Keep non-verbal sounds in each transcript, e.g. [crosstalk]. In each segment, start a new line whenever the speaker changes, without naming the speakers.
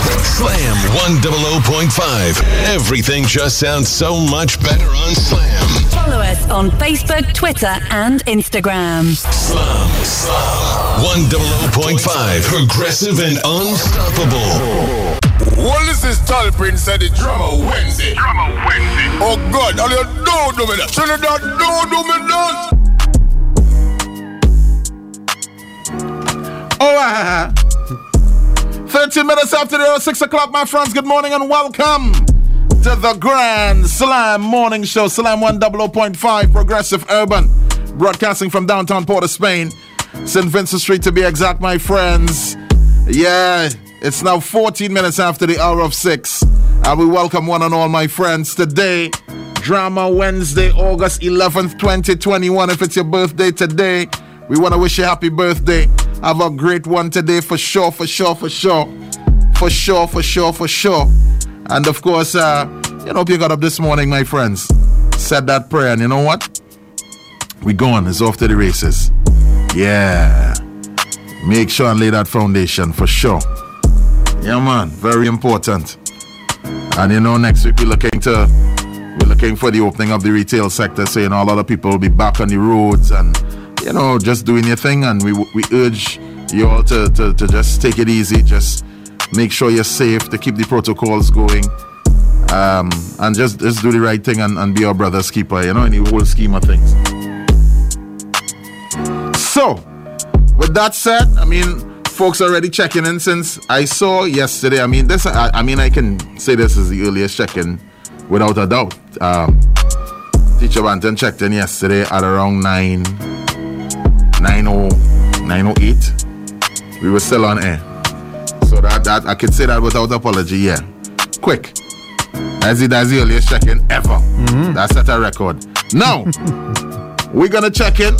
Slam 100.5. Everything just sounds so much better on Slam.
Follow us on Facebook, Twitter, and Instagram.
Slam. Slam. 100.5. Progressive and unstoppable.
What is this tall prince said the drummer Wednesday? Drummer Wednesday. Oh God, all you don't do me that. Trinidad, don't do me that. Oh, ah. 13 minutes after the hour, 6 o'clock, my friends. Good morning and welcome to the Grand Slam Morning Show. Slam 100.5 Progressive Urban. Broadcasting from downtown Port of Spain. St. Vincent Street to be exact, my friends. Yeah, it's now 14 minutes after the hour of 6. And we welcome one and all, my friends. Today, Drama Wednesday, August 11th, 2021. If it's your birthday today, we want to wish you happy birthday. Have a great one today for sure, for sure, for sure. For sure, for sure, for sure. And of course, uh, you know, if you got up this morning, my friends, said that prayer, and you know what? We going. It's off to the races. Yeah. Make sure and lay that foundation for sure. Yeah, man. Very important. And you know, next week we're looking to we're looking for the opening of the retail sector. So you know, a lot of people will be back on the roads and you know, just doing your thing. And we we urge you all to, to, to just take it easy. Just make sure you're safe to keep the protocols going. Um, and just just do the right thing and, and be our brother's keeper, you know, in the whole scheme of things. So, with that said, I mean, folks are already checking in since I saw yesterday. I mean, this I, I mean, I can say this is the earliest check-in without a doubt. Um, Teacher Banton checked in yesterday at around oh, 9, 9:00, 9:08. We were still on air. So that, that I could say that without apology, yeah. Quick. That's the, that's the earliest check-in ever. That's at a record. Now, we're going to check in.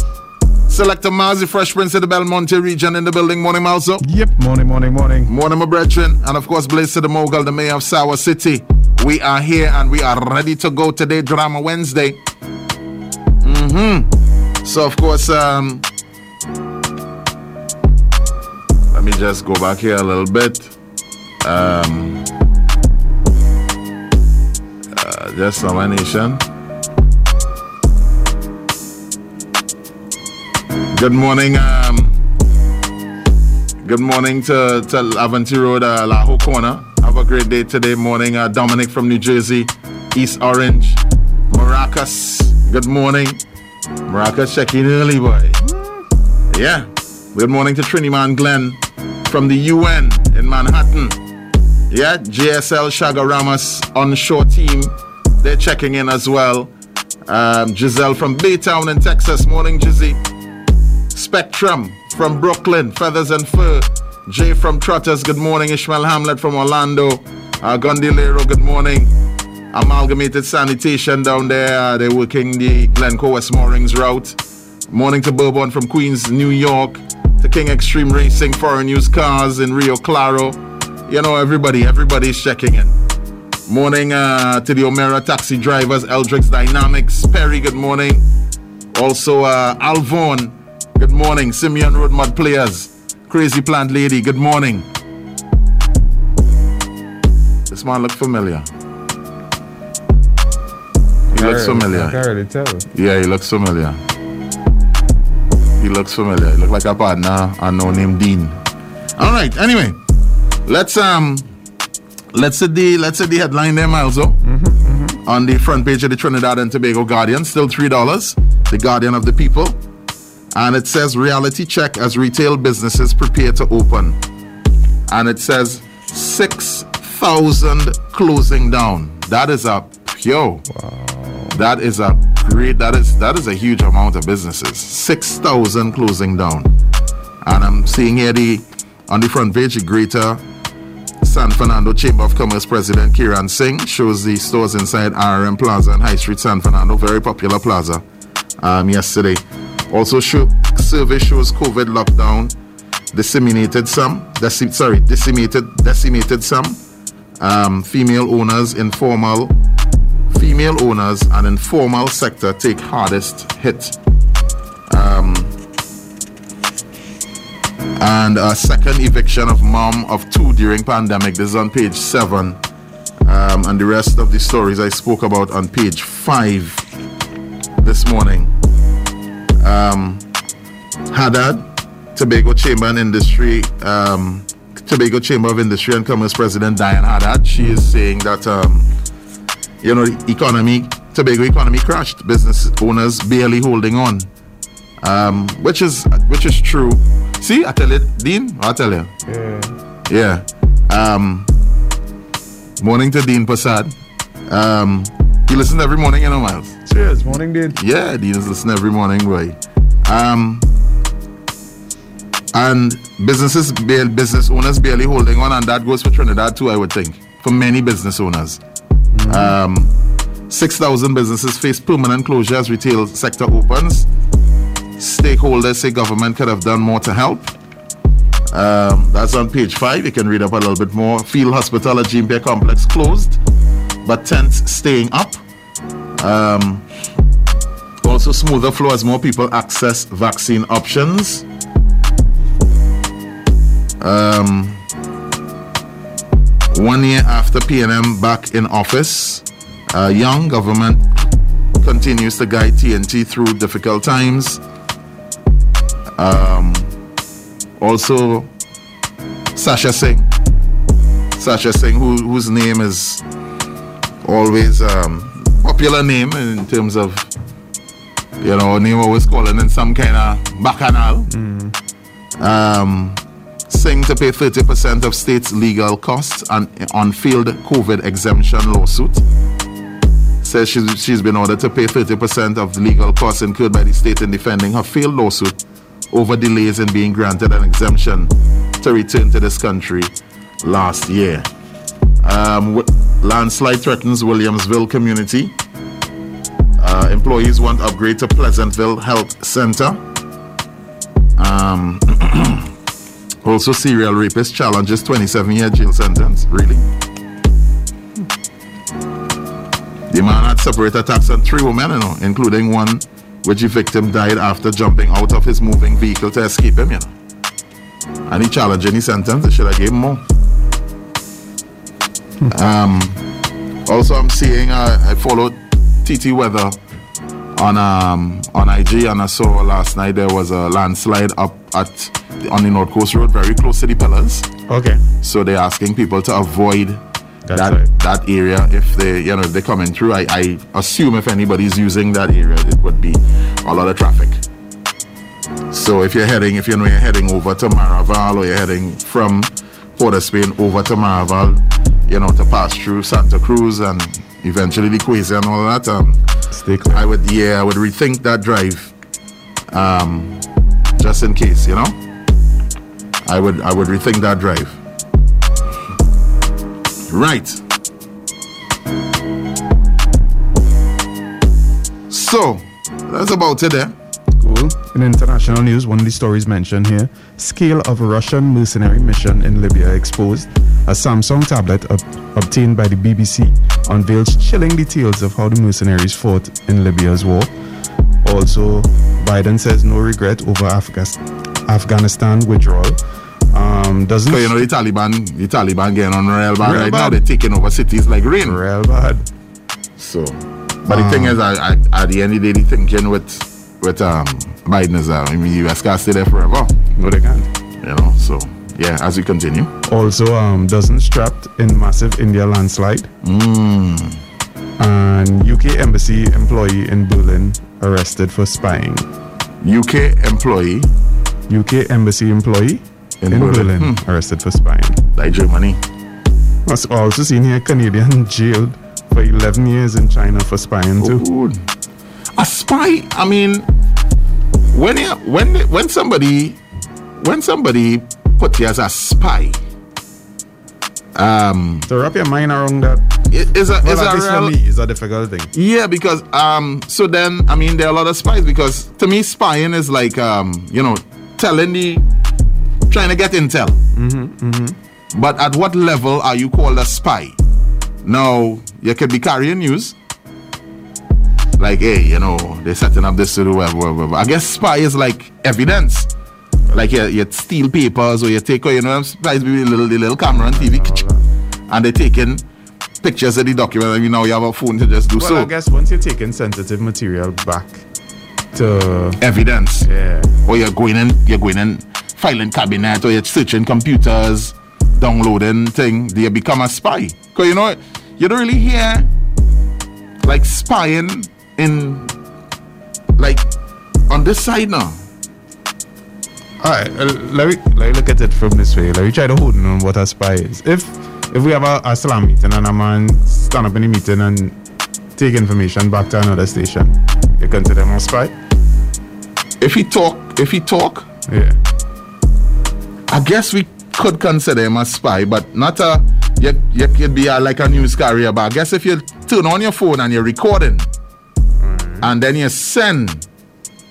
Selector Mazi, Fresh Prince of the Belmonte region in the building. Morning, Malzo.
Yep, morning, morning, morning.
Morning, my brethren. And of course, Blaze to the Mogul, the mayor of Sour City. We are here and we are ready to go today, Drama Wednesday. hmm So, of course, um, let me just go back here a little bit. Um, uh, just nomination. Good morning. Um, Good morning to, to Avanti Road, uh, Laho Corner. Have a great day today morning. Uh, Dominic from New Jersey, East Orange, Maracas. Good morning. Maracas checking early, boy. Yeah. Good morning to Triniman Glenn from the UN in Manhattan. Yeah, JSL Shagaramas onshore team. They're checking in as well. Um, Giselle from Baytown in Texas. Morning, Gizzy. Spectrum from Brooklyn, Feathers and Fur. Jay from Trotters, good morning. Ishmael Hamlet from Orlando. Uh, Gondilero, good morning. Amalgamated Sanitation down there. uh, they're working the Glencoe West Moorings route. Morning to Bourbon from Queens, New York. To King Extreme Racing, Foreign News Cars in Rio Claro. You know, everybody, everybody's checking in. Morning uh, to the Omera Taxi Drivers, Eldrix Dynamics. Perry, good morning. Also, uh, Alvon, good morning. Simeon Road Mud Players, Crazy Plant Lady, good morning. This man look familiar. He looks
I can
familiar.
already tell.
Yeah, he looks familiar. He looks familiar. He look like a partner I know named Dean. All right. Anyway, let's um, let's hit the let's hit the headline there, Miles. oh on the front page of the Trinidad and Tobago Guardian, still $3, the Guardian of the People. And it says reality check as retail businesses prepare to open. And it says 6,000 closing down. That is a yo. That is a great that is that is a huge amount of businesses. 6,000 closing down. And I'm seeing here the on the front page the greater San Fernando Chamber of Commerce President Kiran Singh shows the stores inside RM Plaza and High Street San Fernando, very popular plaza, um, yesterday. Also, show, survey shows COVID lockdown disseminated some, deci- sorry, decimated, decimated some um, female owners, informal, female owners and informal sector take hardest hit. Um, and a second eviction of mom of two during pandemic. This is on page seven, um, and the rest of the stories I spoke about on page five this morning. Um, Haddad, Tobago Chamber and Industry, um, Tobago Chamber of Industry and Commerce President Diane Haddad, she is saying that um, you know the economy, Tobago economy crashed, business owners barely holding on um, which is which is true. See, I tell it, Dean. I tell you. Yeah. Um, morning to Dean Passad. Um, he listens every morning, you know, Miles.
Cheers, morning, dude.
Yeah, Dean is listening every morning, boy. Um, and businesses, ba- business owners barely holding on, and that goes for Trinidad too, I would think, for many business owners.
Mm-hmm.
Um, 6,000 businesses face permanent closure as retail sector opens. Stakeholders say government could have done more to help. Um, that's on page five. You can read up a little bit more. Field Hospital at Jean Pierre Complex closed, but tents staying up. Um, also, smoother flow as more people access vaccine options. Um, one year after PNM back in office, uh, young government continues to guide TNT through difficult times. Um, also, Sasha Singh. Sasha Singh, who, whose name is always um, popular name in terms of you know name always calling in some kind of bacchanal. Um, Singh to pay 30% of state's legal costs and on failed COVID exemption lawsuit says she's, she's been ordered to pay 30% of the legal costs incurred by the state in defending her failed lawsuit over delays in being granted an exemption to return to this country last year. Um, wi- landslide threatens Williamsville community. Uh, employees want upgrade to Pleasantville Health Center. Um, [clears throat] also, serial rapist challenges 27-year jail sentence. Really? The man had separate attacks on three women, you know, including one which the victim died after jumping out of his moving vehicle to escape him, you know. And he challenged any sentence, they should have gave him more. um, also, I'm seeing, uh, I followed TT Weather on um, on IG and I saw last night there was a landslide up at on the North Coast Road, very close to the pillars.
Okay.
So they're asking people to avoid
That's
that
right.
that area if they you know if they're coming through. I, I assume if anybody's using that area, it would be a lot of traffic. So if you're heading, if you know you're heading over to Maraval or you're heading from Port of Spain over to Maraval, you know to pass through Santa Cruz and eventually the Quays and all that. Um,
Stay clear.
I would, yeah, I would rethink that drive, um, just in case, you know. I would, I would rethink that drive. Right. So, that's about it, eh?
Cool. In international news, one of the stories mentioned here scale of Russian mercenary mission in Libya exposed. A Samsung tablet ob- obtained by the BBC unveils chilling details of how the mercenaries fought in Libya's war. Also, Biden says no regret over Afghas- Afghanistan withdrawal. Um, doesn't
So you know the Taliban, the Taliban getting on real bad
Real
right now.
bad.
They're taking over cities like rain.
real bad. Um.
So, but
Ah.
the thing is, I, I, at the end of the day, the thinking with with um Biden is that I mean, you can't stay there forever.
No, they can't.
you know so yeah as we continue
Also, um, dozen strapped in massive India landslide.
Hmm.
And UK embassy employee in Berlin arrested for spying.
uk employee
UK embassy employee
In
in,
Berlin. Hmm.
Berlin, arrested for spying.
like germany
Was also seen here Canadian [laughs] jailed for 11 years in China for spying too.
Good. a spy i mean when you- when when somebody when somebody put you as a spy um
So wrap your mind around that.
it is a
Well,
is
at least
a
for
real,
me, it's a difficult thing.
yeah because um so then i mean there are a lot of spies because to me spying is like um you know telling the trying to get intel But at what level are you called a spy? Now, you could be carrying news. Like, hey, you know, they're setting up this to do whatever, whatever, whatever. I guess spy is like evidence. like you, you steal papers or you take, or, you know, I'm surprised with the little, the little camera on TV, and they're taking pictures of the document. I mean, now you have a phone to just do
Well,
so.
I guess once you're taking sensitive material back to
Evidence.
yeah,
or you're going in, you're going in filing cabinet, or you're searching computers, downloading thing, do you become a spy? Because you know, you don't really hear like spying in like on this side now.
all right. Uh, let me let me look at it from this way. Let me try to hold on what a spy is. If if we have a, a slam meeting and a man stand up in the meeting and take information back to another station, you consider him a spy.
If he talk, if he talk,
Yeah.
I guess we could consider him a spy, but not a. You, you could be a, like a news carrier, but I guess if you turn on your phone and you're recording, and then you send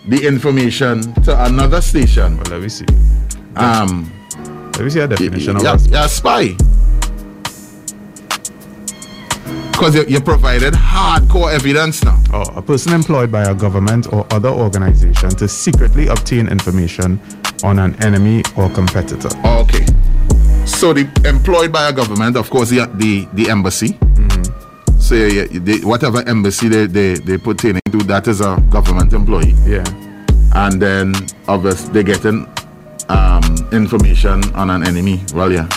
the information to another station,
Well, let me see.
um,
Let me see a definition
yeah,
of a spy.
yeah, a spy. Because you, you provided hardcore evidence now.
Oh, a person employed by a government or other organization to secretly obtain information on an enemy or competitor.
Okay. So the employed by a government, of course, the the, the embassy.
Mm-hmm.
So yeah, yeah, they, whatever embassy they they they pertaining to, that is a government employee,
Yeah.
and then obviously they're getting um, information on an enemy. Well, yeah.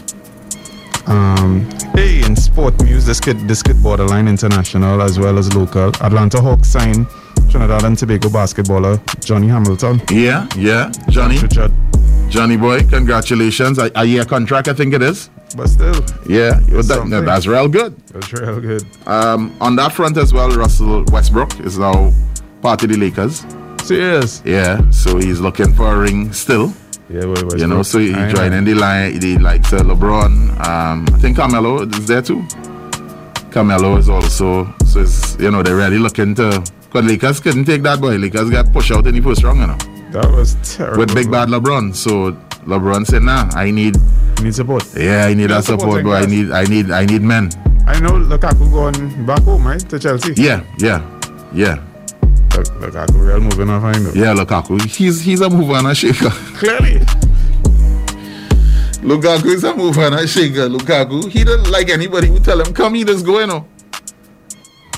Um, hey, in sport news, this could this could borderline international as well as local. Atlanta Hawks sign Trinidad and Tobago basketballer Johnny Hamilton.
Yeah, yeah, Johnny,
Richard,
Johnny boy, congratulations! A, a year contract, I think it is.
but still,
Yeah, that,
something.
that's real good.
that's real good.
Um, on that front as well, Russell Westbrook is now part of the Lakers.
Serious.
Yeah, so he's looking for a ring still.
Yeah, well, well,
You know, so he
I
joining the line, the likes of LeBron. Um, I think Carmelo is there too. Carmelo is also, so it's, you know, they're really looking to. Because Lakers couldn't take that boy. Lakers got pushed out in the first round, you know,
That was terrible.
with big bad LeBron. So LeBron said, nah, I need,
Need support.
yeah, I
Yeah,
need that support,
supporting
boy. I
cast.
need, I need, I need men.
I know Lukaku going back home, right, to Chelsea.
Yeah, yeah, yeah,
Look, Lukaku real moving off, I know.
yeah, Lukaku. He's, he's a mover and a shaker.
Clearly.
Lukaku is a mover and a shaker. Lukaku, he don't like anybody who tell him, come, he just go, you know.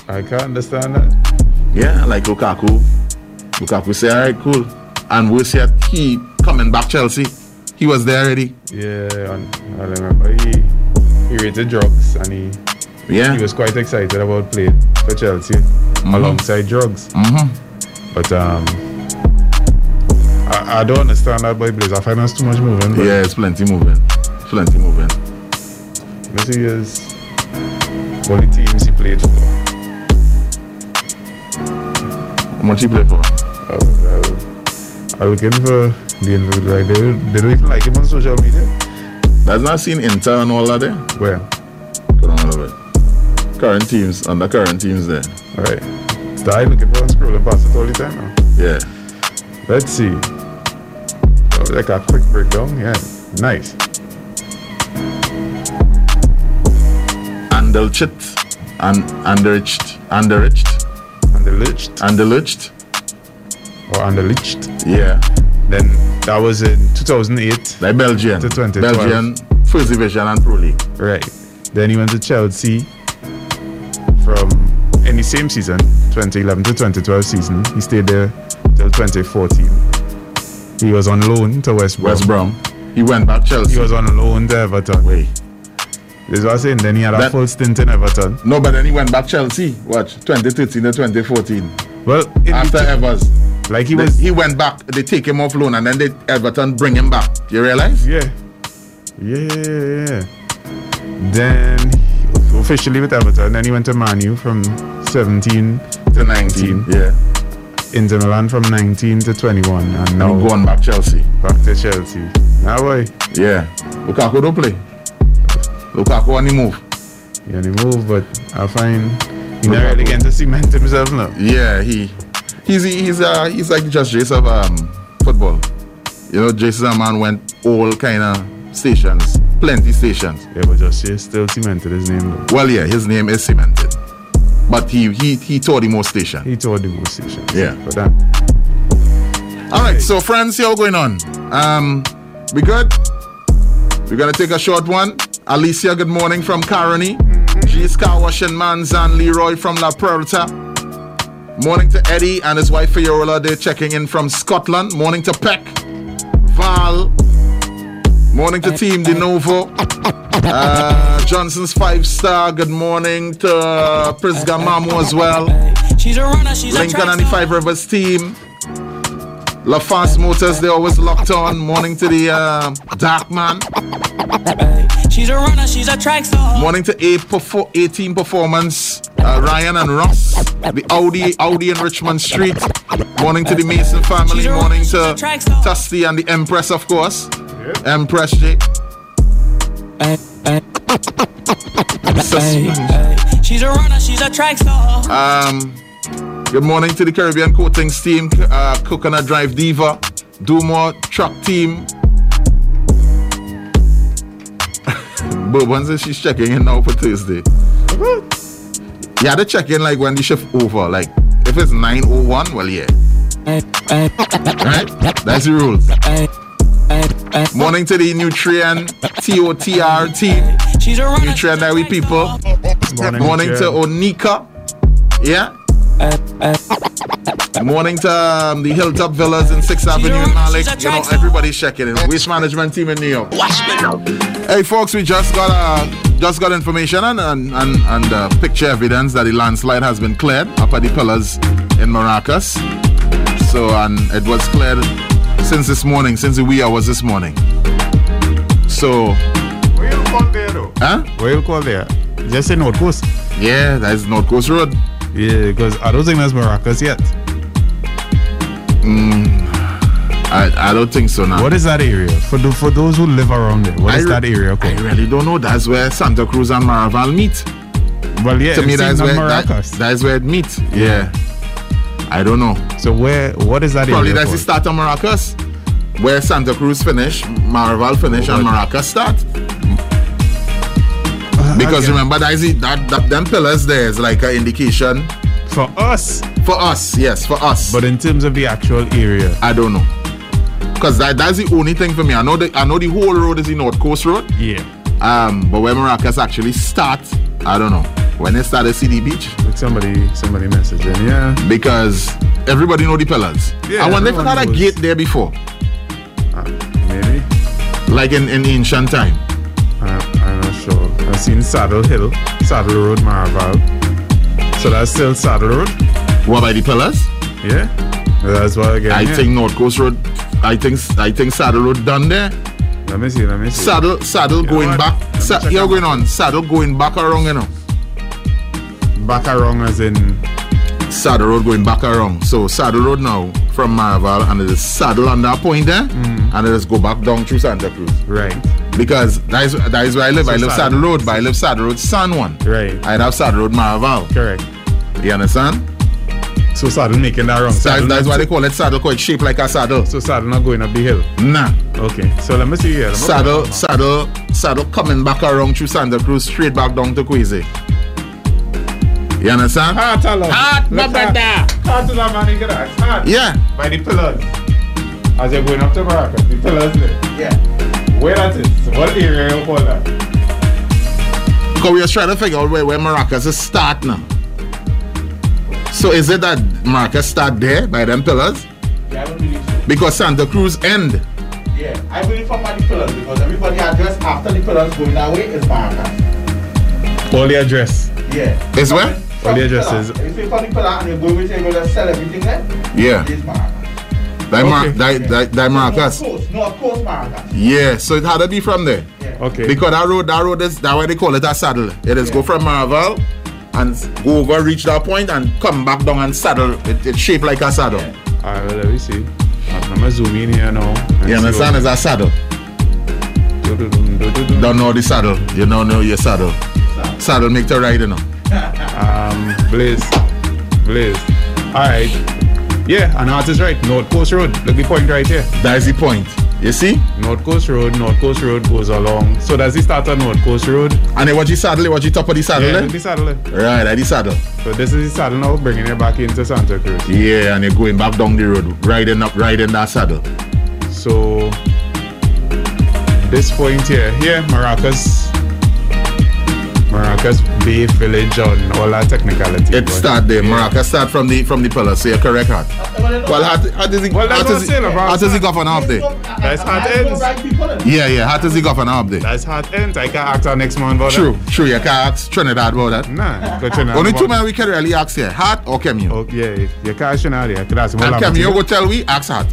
I can't understand that.
Yeah, like Lukaku. Lukaku say, all right, cool. And worse yet, he coming back Chelsea. He was there already.
Yeah, and I remember he he rated drugs and he
Yeah. Mm-hmm.
he was quite excited about playing for Chelsea alongside drugs. But um, I, I don't understand that boy Blaze. I find that's too much moving. But
yeah, it's plenty moving. Plenty moving.
this is only teams he played for.
How much he play for?
I was, I was- I was looking for the info. Like they, don't- they don't even like him on social media.
That's not seen Inter and all that eh? there.
Well,
Got on all of it. Current teams, under current teams there.
all right. So I looking for and scrolling past it all the time now.
Yeah.
Let's see. Oh, like a quick breakdown. Yeah, nice.
Andelchit. And underiched. Underiched.
And the leached
Underliched.
or under leached.
Yeah.
Then that was in 2008.
Like Belgian.
To 2012.
Belgian. First division and pro league.
Right. Then he went to Chelsea from in the same season, 2011 to 2012 season. He stayed there till 2014. He was on loan to West Brom.
West Brom. He went back Chelsea.
He was on loan to Everton.
Wait.
This is what I'm saying. Then he had a
That-
full stint in Everton.
No, but then he went back Chelsea. Watch, 2013 to 2014.
Well, in
After
the,
Evers,
like he was,
he, went back. They take him off loan, and then they Everton bring him back. You realize?
yeah, yeah, yeah, yeah. Then he- officially with Everton. Then he went to Manu from 17
To
19.
19. Yeah.
Inter Milan from 19 to 21, and now
And going back Chelsea.
back to Chelsea. Now boy,
Yeah. Lukaku don't play. Lukaku on the move.
he only move, but I find he never really getting to cement himself now.
Yeah, he. He's he's uh he's like just Jace of um football. You know, Jace man went all kind of stations, plenty stations.
Yeah, but just he still cemented his name. Though.
Well, yeah, his name is cemented, but he he he tore the most station.
He told the most stations.
Yeah.
But that,
All right, so friends, see how going on. Um, we good? We're gonna take a short one. Alicia, good morning from Carony. G's Car Washing Mans and Leroy from La Puerta. Morning to Eddie and his wife Fiola. They're checking in from Scotland. Morning to Peck, Val. Morning to
uh,
Team De Novo. Uh, Johnson's five star. Good morning to Prisga Mamu as well.
She's a runner, she's
Lincoln and the Five Rivers team. La Fast Motors, they always locked on. Morning to the uh, Dark Man.
She's a runner, she's a track star.
Morning to A perfor- 18 Performance, uh, Ryan and Ross. The Audi, Audi in Richmond Street. Morning to the Mason family. Morning to Tusty and the Empress, of course. Empress J.
She's a runner, she's a track star.
Um, good morning to the Caribbean Coatings team, uh, Coconut Drive Diva, Dumo Truck team. [laughs] Bourbon says she's checking in now for Tuesday. Yeah, they check in like when the shift over. Like if it's 9.01, well yeah. Right? That's the rules. Morning to the Nutrient TOTR team.
She's a runner.
Nutrient that we people.
Morning,
Morning to
Jim.
Onika. Yeah. Morning to um, the Hilltop Villas in 6th Avenue in Malik. You know, everybody's checking in. Waste management team in New York.
uh,
Hey, folks, we just got uh, just got information and and, and, and uh, picture evidence that the landslide has been cleared up at the pillars in Maracas. So, and it was cleared since this morning, since the wee hours this morning. So,
We'll call there, though.
huh?
We'll call there. Just say North Coast.
Yeah, that is North Coast Road.
Yeah, because I don't think that's Maracas yet.
Mm, I, I don't think so now.
What is that area? For the, for those who live around there, what
I
is
re-
that area
I
called?
really don't know. That's where Santa Cruz and Maraval meet.
well, yeah,
To me,
it's
that's
not
where that,
Maracas.
that's where it meets. Yeah. I don't know.
so where? What is that
Probably
area
that's the
called?
start of Maracas. Where Santa Cruz finish, Maraval finish, and Maracas start.
Uh,
Because remember, that is the, that, that them pillars there is like an indication
for us,
for us. Yes, for us.
but in terms of the actual area,
I don't know. Cause that, that's the only thing for me. I know the I know the whole road is the North Coast Road.
yeah,
Um, but where Maracas actually start, I don't know. When they start at CD Beach,
like somebody somebody messaging, yeah,
because everybody know the pillars.
Yeah,
I wonder if they
everyone
had a
knows.
gate there before,
maybe.
like in, in ancient time.
I, I'm not sure. I've seen Saddle Hill, Saddle Road, Maraval. So that's still Saddle Road,
What by the pillars?
yeah. That's what again.
I
yeah.
think North Coast Road. I think I think Saddle Road done there.
Let me see. Let me see.
Saddle Saddle going
what? Let me
back. Sa-
check
you're
out.
going on Saddle going back around. You know
Back around as in
Saddle Road going back around. So Saddle Road now from Marvel and it is Saddle on that point there, and it just go back down through Santa Cruz.
Mm. right,
Because that is that is where I live. I
So
live
Saddle.
Saddle Road, but I live Saddle Road San Juan.
right,
I have Saddle Road Maraval.
correct.
You understand?
So Saddle making that wrong.
That's,
Saddle
that's
not-
why they call it saddle, cause it's shaped like a saddle.
So Saddle not going up the hill.
Nah.
Okay. So let me see here. Let me
Saddle,
go back.
saddle, saddle coming back around through Santa Cruz, straight back down to Queasy. You understand?
Heart along.
Heart, my
Look, Heart along, man. You get that. Heart.
Yeah.
By the pillars. As you're going up to Maracas, the pillars there.
Yeah.
Where that is? What area you call that?
Because we are trying to figure out where, where Maracas is start now. So is it that Maracas start there by them pillars?
Yeah, I don't believe so.
Because Santa Cruz end.
Yeah, I believe from the pillars because everybody address after the pillars going that way is Baraka.
All the address.
Yeah.
Is where?
All
From
the
pillar.
addresses.
If you from the pillar and you go with it, you're going to sell everything there.
Yeah.
It's Baraka.
That, Mar-
Okay.
that, that, that
North
Maracas.
Coast, North Coast Baraka.
Yeah. So it had to be from there.
Yeah.
Okay.
Because that road, that road is that why they call it a saddle. It is go from Marvel and s- go over, reach that point, and come back down and saddle. It, it's shaped like a saddle.
Alright, well, let me see. I'm gonna zoom in here now. and
You
see
understand? It's
what-
a saddle.
Do-do-dum, do-do-dum.
Don't know the saddle. You don't know your saddle. Saddle make the ride, you know.
Um, Blaze. Blaze. Alright. Yeah, and art is right. North Coast Road. Look the point right here.
That's the point. You see?
North Coast Road, North Coast Road goes along. So does it start on North Coast Road?
And then what you saddle, what you top of the saddle,
Yeah,
eh?
look the saddle. eh?
Right, at the saddle.
So this is the saddle now, bringing it back into Santa Cruz.
Yeah, and you're going back down the road, riding up, riding that saddle.
So this point here, here Maracas, Maracas Bay Village on all that technicality.
It
but-
start there, Maraca. Start from the from the pillar. So you're correct, Hart. Well, Hart, Hart is he,
Well, that's
Hart
what I'm
is he,
saying about
Hart is he
that.
got an half day.
That's how it ends.
Right people in.
Yeah, yeah. Hart is he got an half day.
That's hard end. I can't act on next month about
True, true. You can't ask Trinidad about that.
that. Nah, go to
Only two men we can really ask here, Hart or Cameo.
Oh, yeah, yeah, you can't action out there. That's
And Cameo go tell we, ask
[laughs]
Hart.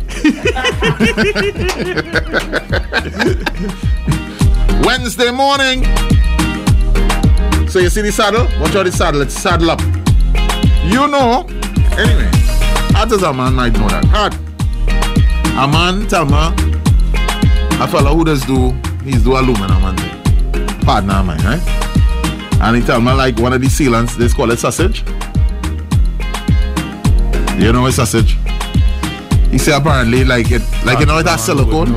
Wednesday morning. So you see the saddle? Watch out the saddle. It's saddle up. You know. Anyway, Hart is a man might know that. Hart. A man, Tama, a fella who does do, he's do aluminum and thing. partner of mine, right? And he tell me like one of the sealants, they call it sausage. You know it's sausage. He say apparently like it like you know it has silicone.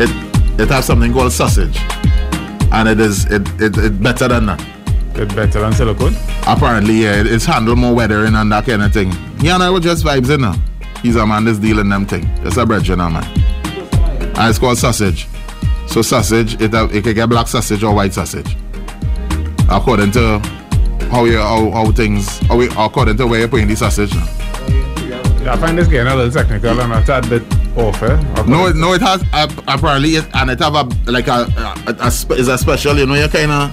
It it has something called sausage. And it is it it, it better than that.
It's better than silicone.
Apparently, yeah, it, it's handled more weathering and that kind of thing. Yeah, and I was just vibes in now. He's a man that's dealing them thing. It's a bread, you know, man. And it's called sausage. So sausage, it have- it can get black sausage or white sausage. According to how you how, how things how we, according to where you're putting the sausage now.
I find this getting a little technical and a tad bit off, eh? Okay.
No, it- no, it has uh, apparently, it, and it have a like a, a, a, sp is a special, you know, you kind of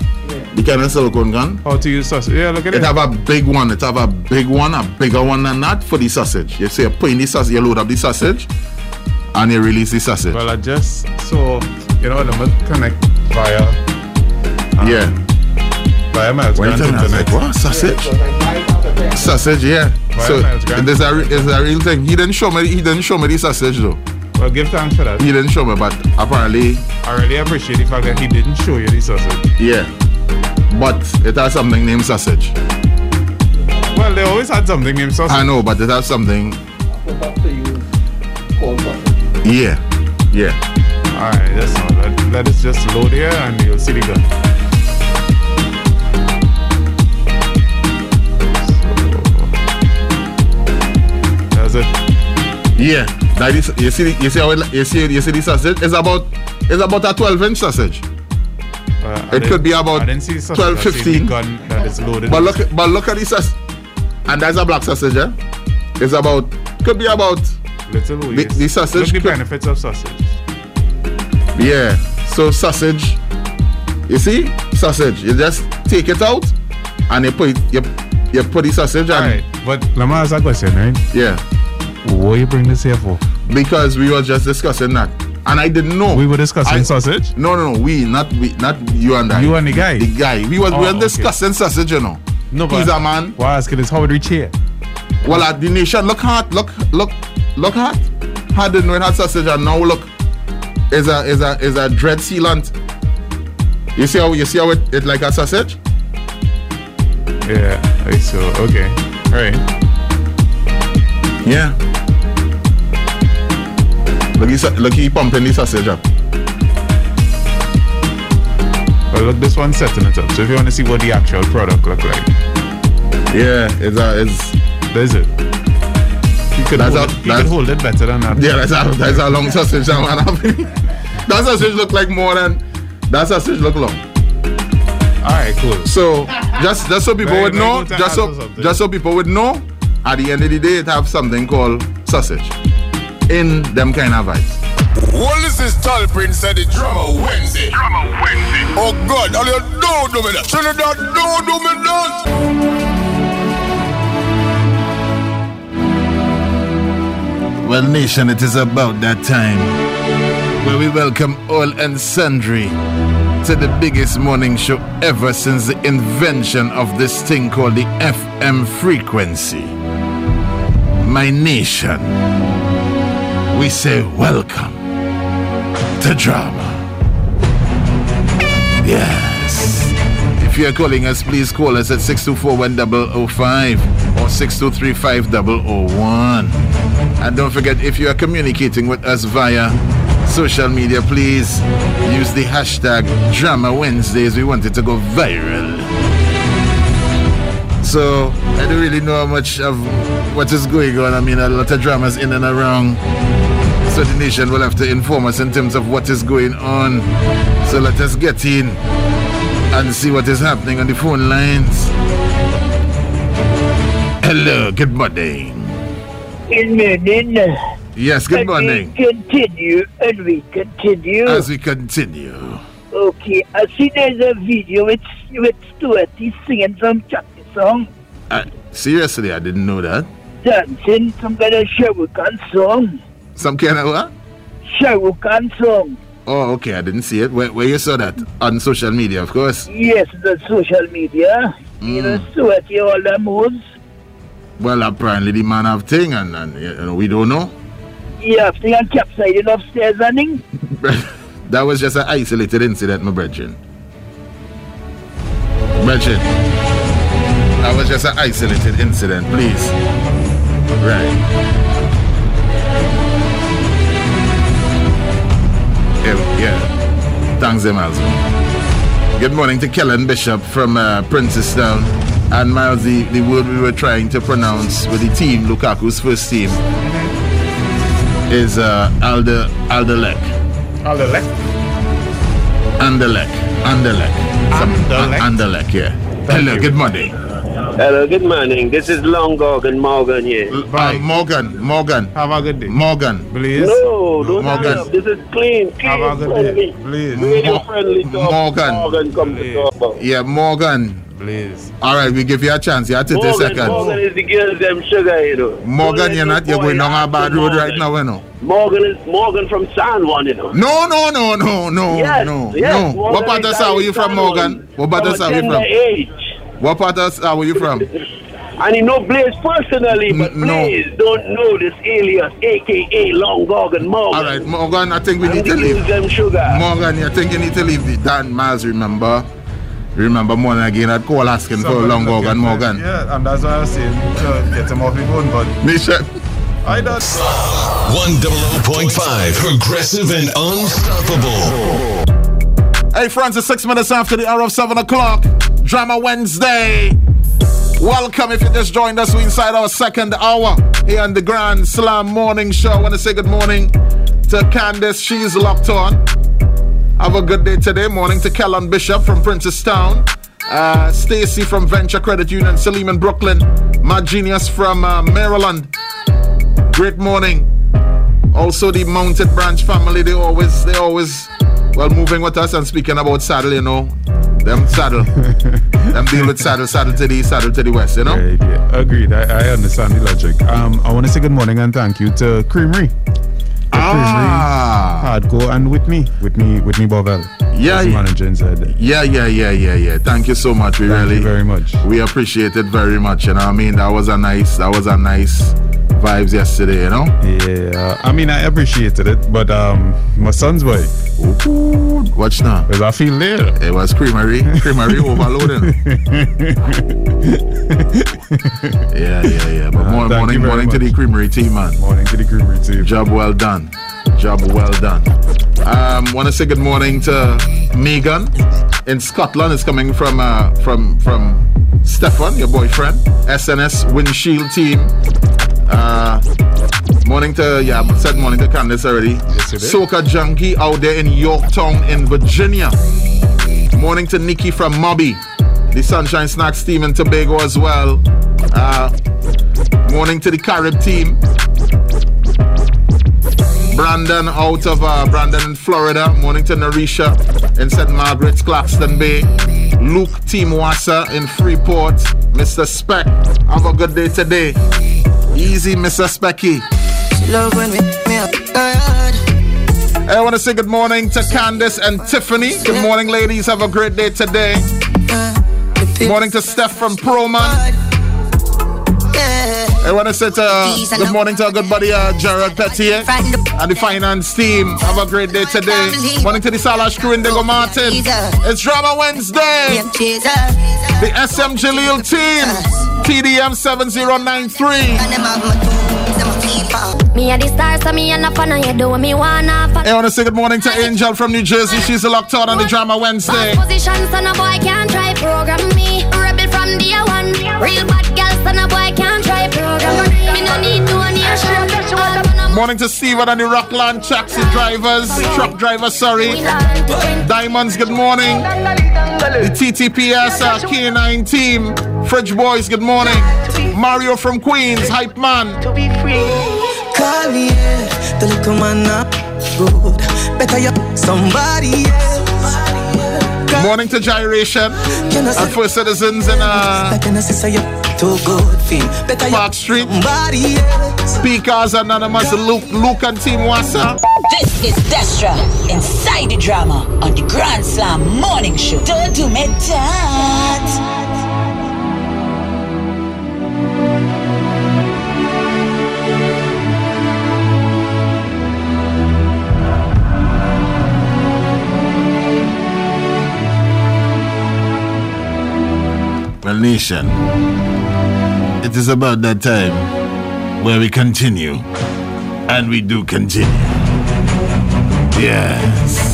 the kind of silicone gun.
How Oh, to use sausage? Yeah, look at
It
it.
have a big one. It have a big one, a bigger one than that for the sausage. You see, you put in the sausage, you load up the sausage, and you release the sausage.
Well, I just so you know, the must connect via um,
yeah.
via Miles
When you
Grant
tell me, I was
internet.
like, what sausage? Sausage, yeah.
Why
So
Miles Grant?
there's a re- it's a real thing. He didn't show me. He didn't show me the sausage though.
Well, give thanks for that.
He didn't show me, but apparently,
I really appreciate the fact that he didn't show you the sausage.
yeah. But it has something named sausage.
Well, they always had something named sausage.
I know, but it has something.
Put up to you. Cold sausage.
Yeah, yeah.
All right, that's not. Let, let us just load here and you'll see the gun. So, That's it.
Yeah, that is. You see, the- you see how it, you see you see the sausage. It's about it's about a 12 inch sausage.
Uh, I
It
didn't-
could be about
I didn't see the sausage,
12,
I seen the
15.
gun that is loaded.
But look, but look at this sausage. And that's a black sausage, yeah? It's about, could be about,
little ways.
the sausage
Look the
could-
benefits of sausage.
yeah. So sausage, you see, sausage. You just take it out and you put it, you, you put the sausage
All
and,
right, but let me ask a question, right?
yeah.
What you bring this here for?
Because we were just discussing that. And I didn't know.
We were discussing
I-
sausage.
No, no, no. We, not we, not you and I.
You and the guy.
The guy. We was
Oh,
we were
okay.
discussing sausage, you know.
No,
He's a man.
Why asking is how would reach here?
Well, at the nation, look hard, look, look, look hard. Hard didn't know it had sausage, and now look, is a is a is a dread sealant. You see how you see how it, it like a sausage?
Yeah. I- So okay. All right.
Yeah. Look, he sa- look, he pumping the sausage up.
Well, look, this one's setting it up. So if you want to see what the actual product look like.
Yeah, it's a it's
There's it. You could, hold,
That's how-
it. You could
that's-
hold it better than that.
yeah that's a that's a long sausage that man having. that sausage look like more than that sausage look long.
All right, cool.
So just just so people
Very,
would
very
know,
good to
just
ask us
so
something.
just so people would know, at the end of the day, it have something called sausage in them kind of vibes.
Well, this is Tall Prince at the Drummer Wednesday. Drummer Wednesday. Oh God, all you don't do me that. Trinidad, don't do me that.
Well, nation, it is about that time where we welcome all and sundry to the biggest morning show ever since the invention of this thing called the FM frequency. My nation, we say welcome to drama. Yes. If you're calling us, please call us at 624-1005 or 6235-001. And don't forget, if you are communicating with us via social media, please use the hashtag Drama Wednesdays. We want it to go viral. So I don't really know how much of what is going on. I mean, a lot of dramas in and around So the nation will have to inform us in terms of what is going on. So let us get in and see what is happening on the phone lines. Hello, good morning.
And then, uh,
Yes, good
and
morning.
We continue and we continue.
As we continue.
okay, I see there's a video with, with Stuart. He's singing some Chucky song,
I, Uh, seriously, I didn't know that.
dancing some kind of Shawakan song.
Some kind of what?
Shawakan song.
Oh, okay, I didn't see it. Where, where you saw that? On social media, of course.
Yes, the social media. You
Mm.
know, Stuart, you all the moves.
Well, apparently the man have thing, and, and you know, we don't know.
You have to get capsizing upstairs, I think.
that was just an isolated incident, my brethren. Brethren, that was just an isolated incident, please. Right. Yeah, yeah. Thanks, them also. Good morning to Kellen Bishop from uh, Princestown. And Miles, the, the word we were trying to pronounce with the team, Lukaku's first team, is uh, Alder, Alderlek.
All the left.
Anderlecht. Anderlecht. Some-
Anderlecht?
A- Anderlecht, yeah. Hello, good morning.
Hello, good morning. This is Long Gorgon Morgan here.
Uh, Morgan, Morgan,
Have a good day.
Morgan.
Please.
No, don't hurry
Morgan.
up. This is clean,
Have a good
clean,
day.
friendly,
Please.
radio
Mo-
friendly talk.
Morgan.
Morgan, come to talk. Morgan,
Yeah, Morgan.
Please.
All right, we give you a chance. You have 30 seconds.
Morgan is the girls them sugar, you know.
Morgan,
Don't
you're
let
not,
no
you're
boy
going on a
ask
bad
you
road
Morgan.
right now, you know.
Morgan is Morgan from San Juan, you know.
No, no, no, no, no,
yes,
no,
yes.
no.
Morgan
What part
is
of South are you
San
from,
Juan.
Morgan? What part of
From
South are
a
you
tender
from?
age.
What part of South are you from?
[laughs]
Mm,
And he no Blaze personally, but
N- no.
Blaze don't know this alias, a.k.a. Long Gorgon Morgan.
All right, Morgan, I think we
I'm
need
the
to leave.
girls them sugar.
Morgan, you think you need to leave the Dan Miles, remember? Remember, Morgan again, I'd call asking for a long Morgan, Morgan.
Yeah, and that's why I was saying to get him off the phone, but
Mission.
I don't.
100.5 Progressive and unstoppable.
Hey, friends, it's six minutes after the hour of seven o'clock. Drama Wednesday. Welcome if you just joined us. We're inside our second hour here on the Grand Slam Morning Show. I want to say good morning to Candace. She's locked on. Have a good day today. Morning to Kellen Bishop from Princestown. Uh, Stacy from Venture Credit Union, Salim in Brooklyn. My genius from uh, Maryland. Great morning also the mounted branch family they always they always well moving with us and speaking about saddle you know them
[laughs]
saddle them deal with saddle saddle to the saddle to the west you know
Right, yeah. Agreed. I, I understand the logic. Um, I want to say good morning and thank you to Creamery.
ah
Hardcore and with me. With me, with me, Bovell.
Yeah,
As
yeah.
manager inside there.
yeah yeah yeah yeah yeah thank you so much we
Thank
really
you very much.
we appreciate it very much you know what i mean that was a nice that was a nice vibes yesterday you know
Yeah, I mean, I appreciated it, but um, my son's boy,
Ooh, watch now
because I feel little.
it was creamery creamery overloading yeah yeah yeah but more,
Uh-huh. thank you very
morning morning to the
much.
creamery team man
Morning to the Creamery team.
Job well done. Job well done. Um, want to say good morning to Megan in Scotland. It's coming from uh, from from Stefan, your boyfriend. SNS windshield team. Uh, morning to yeah, I said morning to Candace already.
Yes, you did.
Soca junkie out there in Yorktown in Virginia. Morning to Nikki from Mobby. The Sunshine Snacks team in Tobago as well. Uh, morning to the Carib team. Brandon out of uh, Brandon in Florida. Morning to Narisha in St. Margaret's, Claxton Bay. Luke Team Wassa in Freeport. Mr. Speck, have a good day today. Easy, Mr. Specky.
Love when we make tired.
I want to say good morning to Candace and Tiffany. Good morning, ladies. Have a great day today. Morning to Steph from Proman.
Yeah.
I want to say to, uh, good morning to our good buddy uh, Gerard Pettier and the finance team. Have a great day today. Morning to the Salash crew in Dego Martin. It's Drama Wednesday.
Damn chaser.
The SM Jaleel team, TDM 7093.
And them have my tools, them a keeper.
Me a the star, so me a no fan, and you do what me wanna.
I
Fan.
want to say good morning to Angel from New Jersey. She's locked out on the Drama Wednesday.
Boss position, son of boy can't try program me. Rebel from day one, real bad girl, son of boy can't try program me. Me no need to any assurance. All when I'm
Morning to Steven and the Rockland taxi drivers, truck drivers, sorry. Diamonds, good morning. The TTPS uh, K9 team, Fridge Boys, good morning. Mario from Queens, Hype Man.
Call me, yeah. the little man not good. Better you somebody else.
Morning to Gyration and First Citizens in uh, Park Street. Speakers Anonymous, Luke, Luke and Team Wassa.
This is Destra inside the drama on the Grand Slam Morning Show. Don't do me that.
Well, nation, it is about that time where we continue, and we do continue. Yes.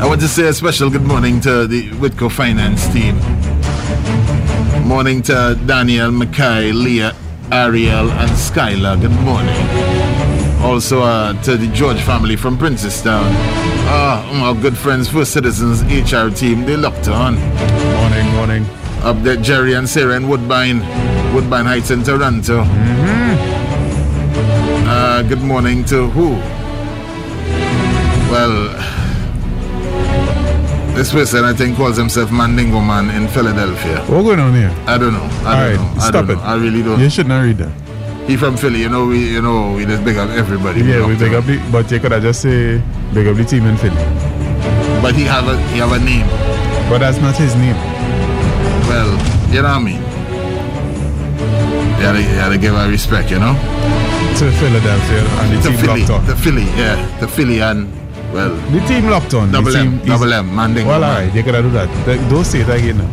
I want to say a special good morning to the Whitco Finance team. Morning to Daniel, Mackay, Leah, Ariel, and Skylar. Good morning. Also uh, to the George family from Princestown. Ah, my good friends, First Citizens HR team, they locked on. Morning, morning. Up there, Jerry and Sarah in Woodbine, Woodbine Heights in Toronto. Uh, good morning to who? Well, this person I think calls himself Mandingo Man in Philadelphia.
What's going on here?
I don't know.
All
I
right,
don't know. I
stop
don't
it.
know. I really don't.
You should not read that.
He from Philly, you know. We, you know, we just big up everybody.
yeah, we big up the, but you could have just say big up the team in Philly.
But he have a he have a name.
But that's not his name.
Well, you know what I mean. You gotta, you gotta give her respect, you know.
To Philadelphia and the
to
team
Philly,
locked on.
the Philly, yeah, the Philly and well,
The team locked on.
Double
the
M,
team is-
double M, Mandingo
Well,
Man.
alright, you could have do that. Th- Don't say it again. now.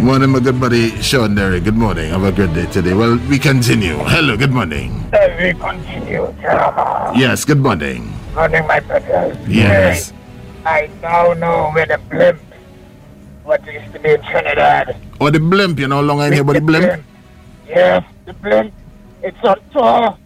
Morning, my good buddy Sean Derry. Good morning. Have a good day today. Well, we continue. Hello, good morning.
We continue.
Yes, good morning.
Morning, my brothers.
Yes.
I now know where the blimp, what used to be in Trinidad.
Or Oh, the blimp, you know, long I hear about the blimp.
Yes, the blimp. It's on tour.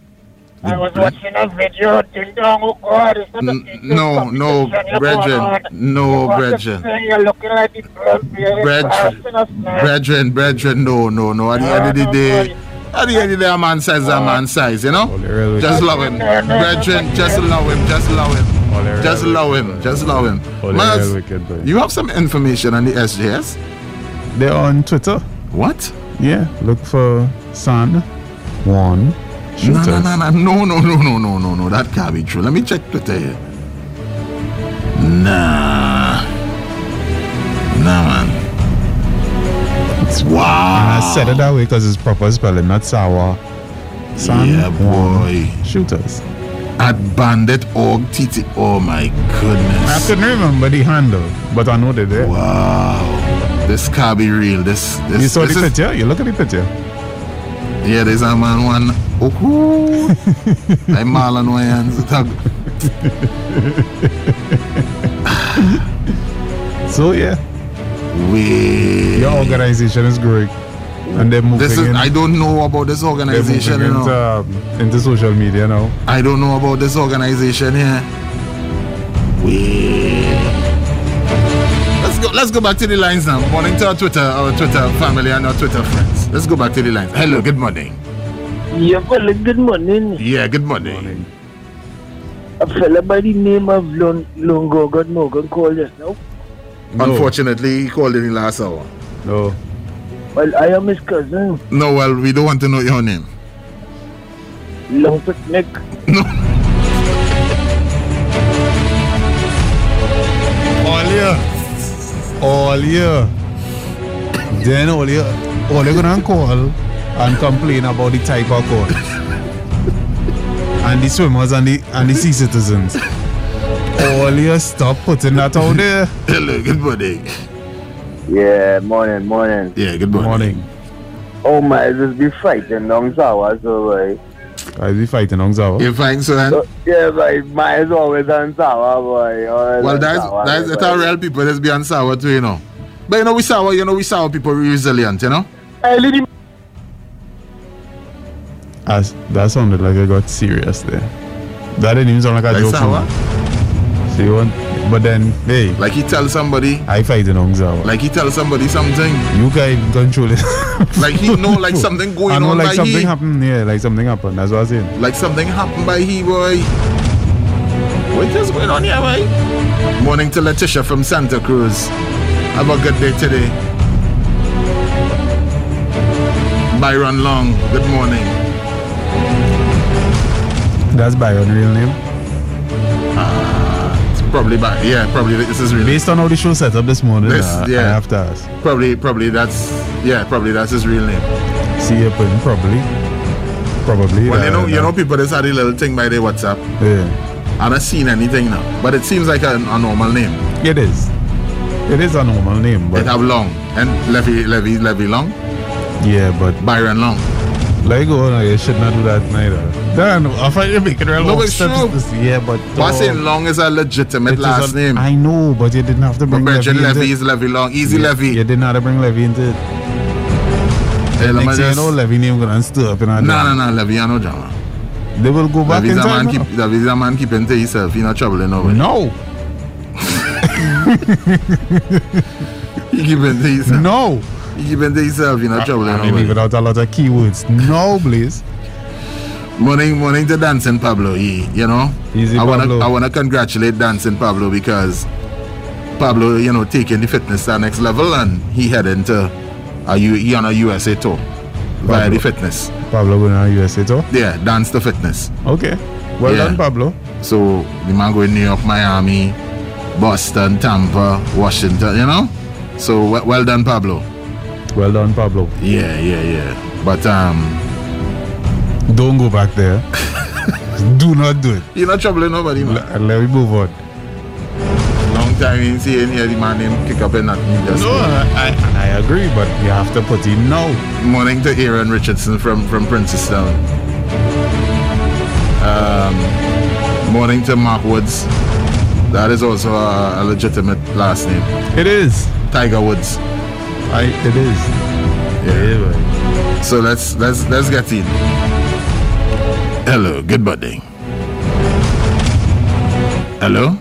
I was watching a video. Ding dong, oh God. It's not
N- No, no, brethren. No, brethren.
You're looking like the blimp. You're
Brethren,
embarrassing us
Uh,
now.
brethren, brethren, no, no, no. At the end of the day, at the end of the day, a man says a man says, you know? Just love him. Brethren, just love him, just love him. Just love him, just love him. Mas, you have some information on the SJS?
They're on Twitter.
What?
Yeah, look for San Juan
No,
Shooters.
no, no, no, no, no, no, no, no, no, no. That can't be true. Let me check Twitter here. Nah. Nah, man. It's wow.
And I said it that way because it's proper spelling, not sour. San
Yeah,
Juan Shooters.
At Bandit Org TT. Oh my goodness.
I couldn't remember the handle, but I know they're there.
Wow. This can't be real. This, this
you saw
this
the
is-
picture? You look at the picture.
Yeah, there's a man one.
[laughs]
Oh, hoo. I'm Marlon Wayans.
So, yeah.
We.
Your organization is great. And they're moving
This is,
in,
I don't know about this
they're
organization,
moving
you know.
into, um, into social media now.
I don't know about this organization here. We let's go. Let's go back to the lines now. Morning to our Twitter, our Twitter family, and our Twitter friends. Let's go back to the lines. Hello, good morning.
Yeah, fella, good morning.
Yeah, good morning. morning.
A fella by the name of Lon- Longo God Morgan called us now.
Unfortunately, he called in the last hour.
No.
Well, I am his cousin,
No, well, we don't want to know your name.
Long Picnic.
[laughs]
All year. All year. Then all year. All you're gonna call and complain about the type of call. and the swimmers and the and the sea citizens. All year stop putting that out there.
Hello, good morning.
Yeah, morning, morning.
Yeah, good morning.
Morning.
Oh my, just be fighting long hours, alright.
I be fighting on Zawa.
You fighting, sir?
So, yeah, like mine's always on sour, boy. Always
Well,
on
that's
sour,
that's
boy.
it. Our real people. Let's be on sour too, you know. But you know, we sour. You know, we sour people. We resilient, you know.
As, that sounded like I got serious there. That didn't even sound like a
Like
joke. to me.
sour?
So you want, but then, hey.
Like he tells somebody.
I fight in Ongzawa.
Like he tells somebody something.
You guys control
[laughs]
it.
Like he know
[laughs]
like something going
I know,
on
like
by
something
he.
happened. Yeah, like something happened. That's what I was saying.
Like something happened by he boy. What is going on here, boy? Morning to Letitia from Santa Cruz. Have a good day today. Byron Long, good morning.
That's Byron, real name.
Ah, It's probably by yeah, probably this is really
Based on how the show set up this morning,
This-
uh,
yeah.
I have to ask.
probably probably that's yeah, probably that's his real name.
See you putting probably. Probably.
Well, you know,
uh,
you know, people just had a little thing by their WhatsApp.
Yeah.
I don't seen anything now, but it seems like a, a normal name.
It is. It is a normal name, but
it have long and Levy, Levy, Levy Long,
Oh. yeah, but
Byron Long.
like, oh, no, you should not do that neither. Dan, I find you making real
No,
long
it's
steps
true.
this year, but
But I say
uh,
Long is a legitimate
it is
last
a-
name.
I know, but you didn't have to
But
bring
Bridget
Levy
Levy
into
is Levy Long, Easy Levy.
You didn't have to bring Levy into it.
Hey, let me
Next thing you
just-
know, Levy name gonna stir up in
[laughs]
our
No, no, no, Levy, I know drama.
They will go back
Levy's
in
a
time.
man keep, Levy's a man keeping to himself. He not troubling nobody.
No.
he keeping to himself.
No.
He keeping to himself. He not troubling
I mean,
nobody.
without a lot of keywords. No, please.
Morning, morning to Dancing Pablo. He, you know,
Easy,
I
Pablo.
wanna, I wanna congratulate Dancing Pablo because Pablo, you know, taking the fitness to the next level, and he heading to a U, he on a USA tour via the fitness.
Pablo going to USA tour.
Yeah, dance to fitness.
Okay. Well
Yeah.
done, Pablo.
So the man going New York, Miami, Boston, Tampa, Washington. You know, so we- well done, Pablo.
Well done, Pablo.
Yeah, yeah, yeah. But um,
Don't go back
[laughs]
there. do not do it.
you're not troubling nobody, man.
Let, let me move on.
Long time you ain't see any of the man name kick up in that. Just
No, I, I agree, but you have to put in now.
Morning to Aaron Richardson from, from Princess Town. Um, morning to Mark Woods. That is also a, a legitimate last name.
It is.
Tiger Woods.
I, it is.
Yeah. so let's let's let's get in. Hello, good morning. Hello?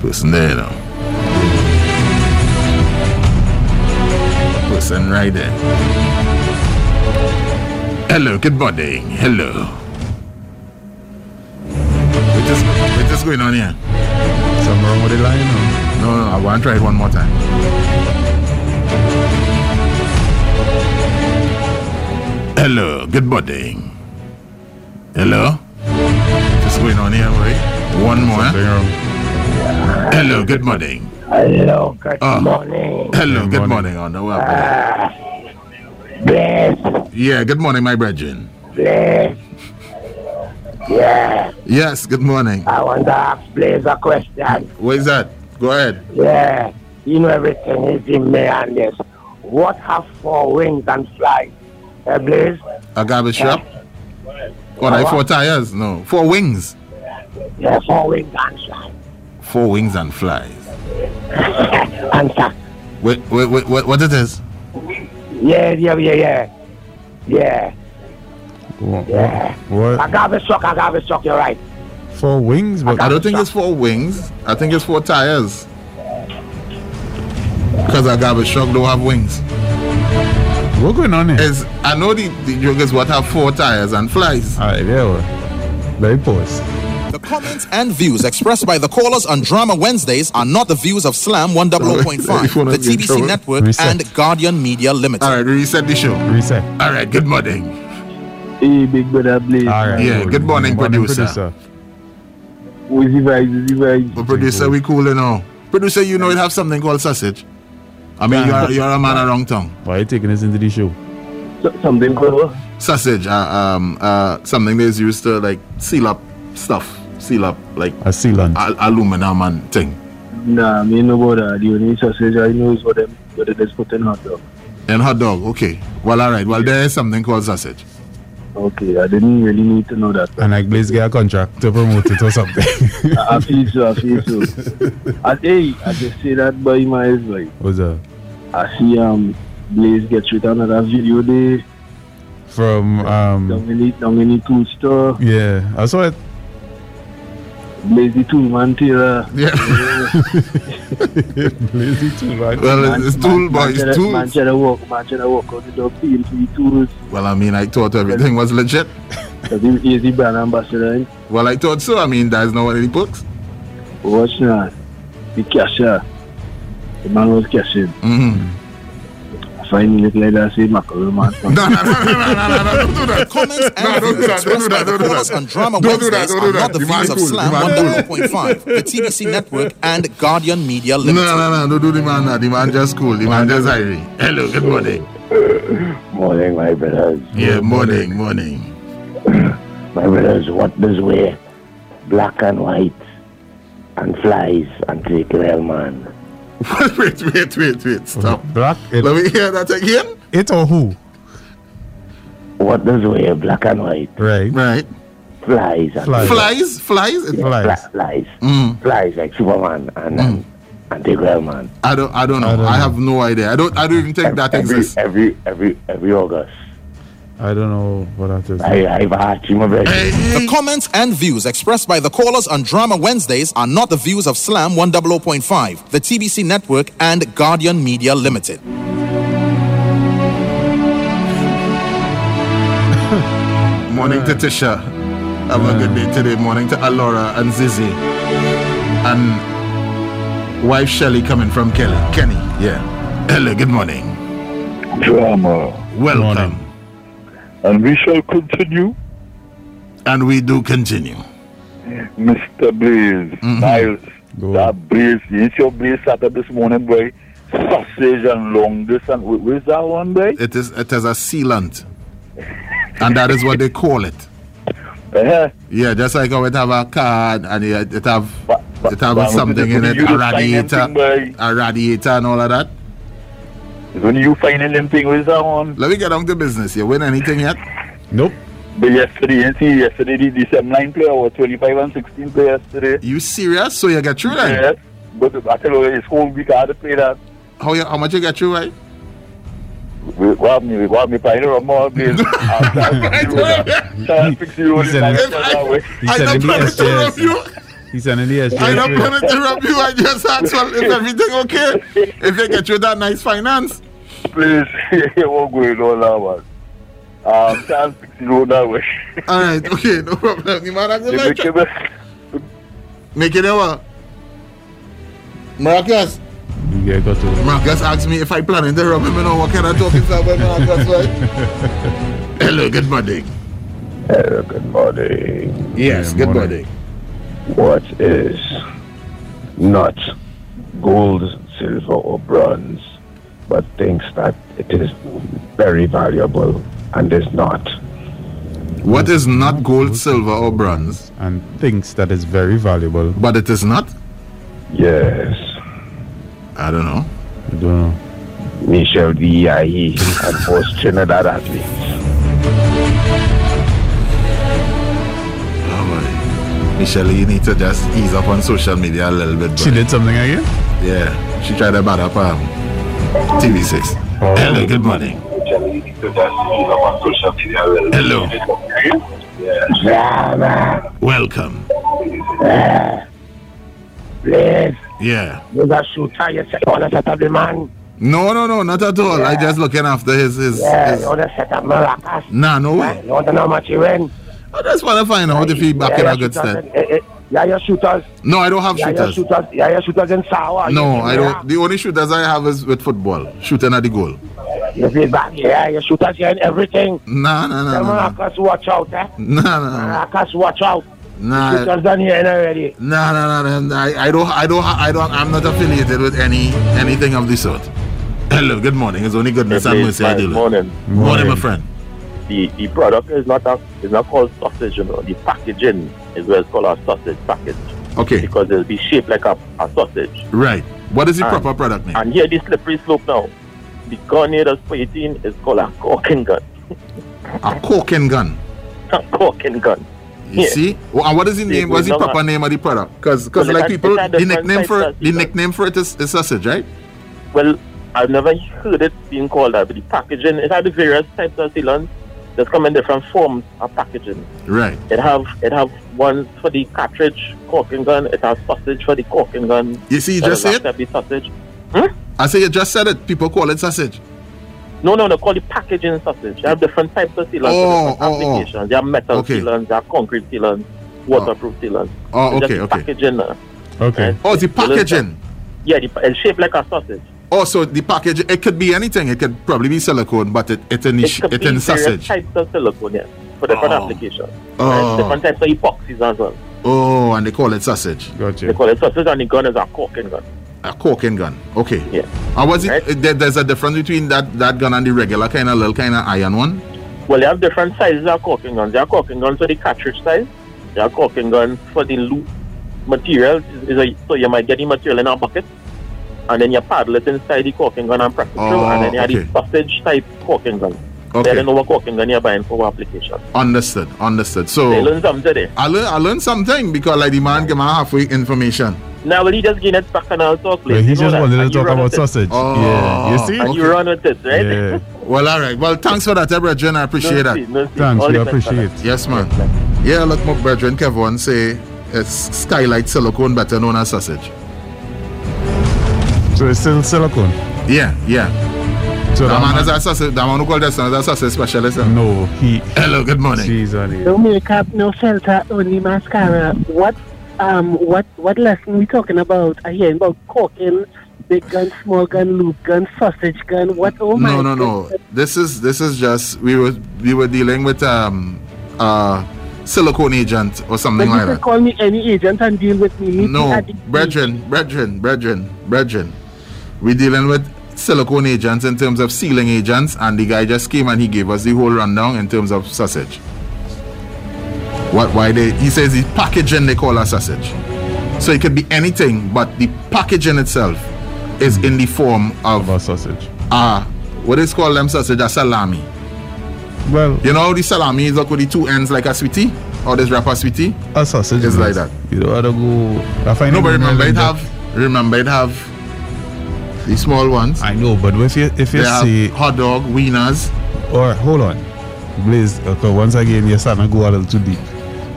Person there now. Person right there. Hello, good morning. Hello. What is, what is going on here?
Something wrong with the line now.
No, no, I want to try it one more time. Hello, good morning. Hello? What's going on here, boy? One more. Hello, good morning.
Hello, good
Ah.
morning. Ah.
Hello, good morning. on the web.
Bless,
Yeah, good morning, my brethren.
bless. Yeah,
Yes, good morning.
I want to ask Blaze a question.
What is that? Go ahead.
Yeah, you know everything is in me and this. What have four wings and flies? Eh, Blaze?
A garbage shop? What, I four tires? No, four wings.
Yeah, four wings and flies.
Four wings and flies.
[laughs] Answer.
Wait, wait, wait, what, what it is?
Yeah, yeah, yeah, yeah. Yeah.
What?
I
what?
got the shock, I got the shock, you're right.
Four wings? But
I don't think it's four wings. I think it's four tires. Because a garbage truck don't have wings.
What's going on here?
Is I know the, the jokers what have four tires and flies.
Alright, yeah, well. Let me pause.
The comments and views expressed by the callers on Drama Wednesdays are not the views of
[laughs]
Slam 100.5, the TBC Network,
Reset.
and Guardian Media Limited.
All right, reset the show.
Reset.
All right, good morning.
Hey, big brother, please.
Alright.
yeah, good morning, producer.
Woozy vibes, woozy vibes.
But producer, we cool you know. Producer, you know it have something called sausage. I mean, you're, you're a man of wrong tongue.
Why are you taking us into the show?
Something called
Sausage, uh, um, uh, something that's used to like seal up stuff, seal up like
A sealant.
al- aluminum and thing.
Nah, me know about that. The only sausage I know is what them, what it is put in hot dog.
And hot dog, okay. Well, all right. Well, there is something called sausage.
Okay, I didn't really need to know that.
And like, please get a contract to promote it
[laughs]
or something.
I, I feel so, I feel so. and hey, I just say that by my eyes, like,
What's up?
I see um Blaze get through to another video day.
from
Hmm.
um
Dominique, Dominique Custer.
yeah, I saw it.
Lazy Tool Man Taylor.
[laughs]
Yeah.
Lazy Tool Man.
Well, it's tool, boy, it's
Manchester-
tool.
Manchester walk, Manchester walk out the door, peel free tools.
Well, I mean, I thought everything was legit.
Cause he's easy brand ambassador. eh?
Well, I thought so. I mean, there's no any books.
Watch now. The cashier. The man was cashing.
Mm-hmm.
I find he look like that, say,
[laughs]
Macaron man.
Comments and
don't do
views
that, don't do
expressed by
that,
the
don't do
callers
that.
on Drama
Don't do that,
Wednesdays
don't do
are not
that.
the
You
views
man
of
cool,
Slam
you man
100.5, the TBC Network, and Guardian Media
No,
Limited.
no, no, don't do the man. now. The man just cool. The man just irate. Hello, good morning. [laughs]
Morning, my brothers.
Yeah, morning, morning.
[clears throat] My brothers, what does wear? Black and white, and flies, and take rail man.
wait, wait, wait, wait. Stop.
Black. It,
Let me hear that again.
it or who?
What does wear? Black and white.
Right.
Right.
Flies. And
Flies.
Flies, flies.
Yeah,
Flies.
fla- flies.
Mm.
Flies like Superman and and, and take rail man.
I don't, I don't know. I, have no idea. I don't, I don't even think that
every,
exists.
Every every every August.
I don't know what that is.
I I've had him
The comments and views expressed by the callers on Drama Wednesdays are not the views of Slam 100.5, the TBC Network, and Guardian Media Limited.
[laughs] Morning to Tisha. Have a good day today. Morning to Alora and Zizi. And wife Shelly coming from Kelly. Kenny. Yeah. Hello, good morning.
Drama.
Welcome.
And we shall continue,
And we do continue.
Mr. Blaze.
Mm-hmm.
Niles, that Blaze, you eat your Blaze sat up this morning, boy. Sausage and long this and wh- where's that one, boy?
It is it is a sealant. and that is what they call it.
Uh-huh.
Yeah, just like how it have a card and it it have it have
but I'm
something
gonna
in it,
do
a
the
radiator,
financing, boy.
a radiator and all of that.
When you finding them thing, where's that one?
Let me get on to business. You win anything yet?
Nope.
But yesterday, you see, yesterday the December 9 player was 25 and 16 player yesterday.
You serious? So you get through that?
Yes. But I tell you, it's whole week I had to play that.
How you, how much you get through, right?
We robbed me, we robbed me, playing around more,
[laughs]
Blaze. I'm trying to fix you that. Trying to fix you
He's
that.
sending,
that way.
he's sending the SJS. He's sending the
I don't
SJS.
plan to interrupt you. I just
[laughs]
asked,
[laughs]
well, is everything okay? If they get you that nice finance.
[laughs]
Please, what going on now, man? Um, can't fix it all that
[laughs]
way.
All right, okay, no problem. You might have to
They
like
make
it.
it-
Make it over. Marcus.
Yeah, got to.
Marcus asked me if I plan to interrupt him. You know, what kind of talking stuff about Marcus,
[laughs]
right? Hello, good morning.
Hello, good morning.
Yes, good morning.
What is not gold, silver, or bronze,
but thinks that it is very valuable and is not.
What is not gold, silver, or bronze?
And thinks that is very valuable.
But it is not?
Yes.
I don't know.
I don't know.
Michel Diaye and most E, Trinidad athletes.
Oh, boy. Michelle, you need to just ease up on social media a little bit.
She
boy.
did something again?
Yeah, she tried to bat up um, TV6. Hello, good morning. Hello.
Drama.
Welcome.
Please,
Yeah.
you got shooter, you set on a set up the man.
No, no, no, not at all. I just looking after his his.
Yeah,
his-
you want to set up maracas.
Nah, no way.
You want to know how much you win.
I just want to find out if he back in a good stead.
eh, Yeah, your shooters.
No, I don't have
yeah,
shooters.
Your shooters. Yeah, your shooters in sour.
No, I don't. The only shooters I have is with football, shooting at the goal.
You play back, yeah, your shooters, you're in everything.
Nah, nah, nah,
The
nah, nah.
maracas, watch out, eh?
Nah, nah, nah.
Maracas, watch out.
Nah.
Shooters done here already.
Nah, nah, nah, nah. I, I don't, I don't, I don't. I'm not affiliated with any anything of the sort. Hello, good morning. It's only goodness and mercy. I
Good
deal with.
morning.
Morning, my friend.
The, the product is not a, is not called sausage, you know. The packaging is what is called a sausage package.
Okay.
Because it'll be shaped like a, a sausage.
Right. What is the
And-
proper product name?
And here, this slippery slope now. The gun here that's 18 is called a corking gun.
A cork and gun.
A corking gun.
You
Yeah.
see? Well, and what is the
See,
name? What's the
we know
proper
that.
name of the product? Because
Well, it
like
has-
people,
it has
the
different
nickname for
types of
the
sausage.
nickname for it is, is sausage, right?
Well, I've never heard it being called that, but the packaging, it had the various types of sealants. There's come in different forms of packaging.
Right.
It have it have one for the cartridge corking gun. It has sausage for the corking gun.
You see, you
There
just
is
said-
after the sausage. Hmm?
I say you just said it. People call it sausage.
No, no, no. Call it packaging sausage. You have different types of sealants.
Oh,
for different
oh, oh.
applications. They have metal
Okay.
sealants. They have concrete sealants. Waterproof sealants.
Oh,
It's
okay,
just
okay.
Packaging. uh,
Okay.
Oh,
it's
the
a little-
packaging.
Yeah, the, it's shaped like a sausage.
Oh, so the package, it could be anything. It could probably be silicone, but it, it in, the sh-
could
it
be
in
various
sausage.
types of silicone, yeah, for different applications.
Oh.
And different types of epoxies as well.
Oh, and they call it sausage.
They
Gotcha.
call it sausage and the gun is a corking gun.
A corking gun. Okay. Yeah. And was it, there, there's a difference between that, that gun and the regular kind of little kind of iron one?
Well, they have different sizes of corking guns. They have corking guns for the cartridge size. They have corking guns for the loop material. Is a, so you might get the material in a bucket, and then you paddle it inside the corking gun and press it through,
Oh,
and then you have
okay.
the sausage type corking gun.
Okay.
They don't know what corking gun you're buying for what application.
Understood. Understood. So
They learn something today.
I learned I learned something because like the man give me halfway information.
Now, well, he just getting it back and all talk.
Well,
like,
he
you know
just
that,
wanted to
and you
talk
run
about
with it.
sausage. Yeah. You see?
And you
Oh. Okay.
run with it, right? [laughs]
Well, all right. Well, thanks for that, Ebra Jen. I appreciate
No
that.
fee, no fee. Thanks, All we the best, appreciate
it. Yes, man. Yeah, look, my brethren, Kevin say it's skylight silicone, better known as sausage.
So it's still silicone.
Yeah, yeah.
So
So that,
that
man
man-
is a sausage. That man who called us a sausage specialist. eh?
No, he.
Hello, good morning.
Jeez, honey.
No makeup, no shelter, only mascara. What um what what lesson we talking about? I hearing about corking, big gun, small gun, loop gun, sausage gun, what oh my
no, no, no. This is this is just we were we were dealing with um uh silicone agent or
But
something
you
like
can
that.
call me any agent and deal with me. Meet me
No,
at the-
brethren, brethren, brethren, brethren. We're dealing with silicone agents in terms of sealing agents, and the guy just came and he gave us the whole rundown in terms of sausage. What? Why they? He says the packaging they call a sausage, so it could be anything, but the packaging itself is in the form of,
a sausage.
Ah, what is called them sausage? A salami.
Well,
you know how the salami is like with the two ends like a sweetie, or this wrapper sweetie.
A sausage.
It's like
yes.
that.
You don't want to go. I find
no,
it
but remember
like
it
that.
have remember it have the small ones.
I know, but if you if
They
you
have
see
hot dog wieners.
Or hold on, Blaze. Okay, once again, you're starting to go a little too deep,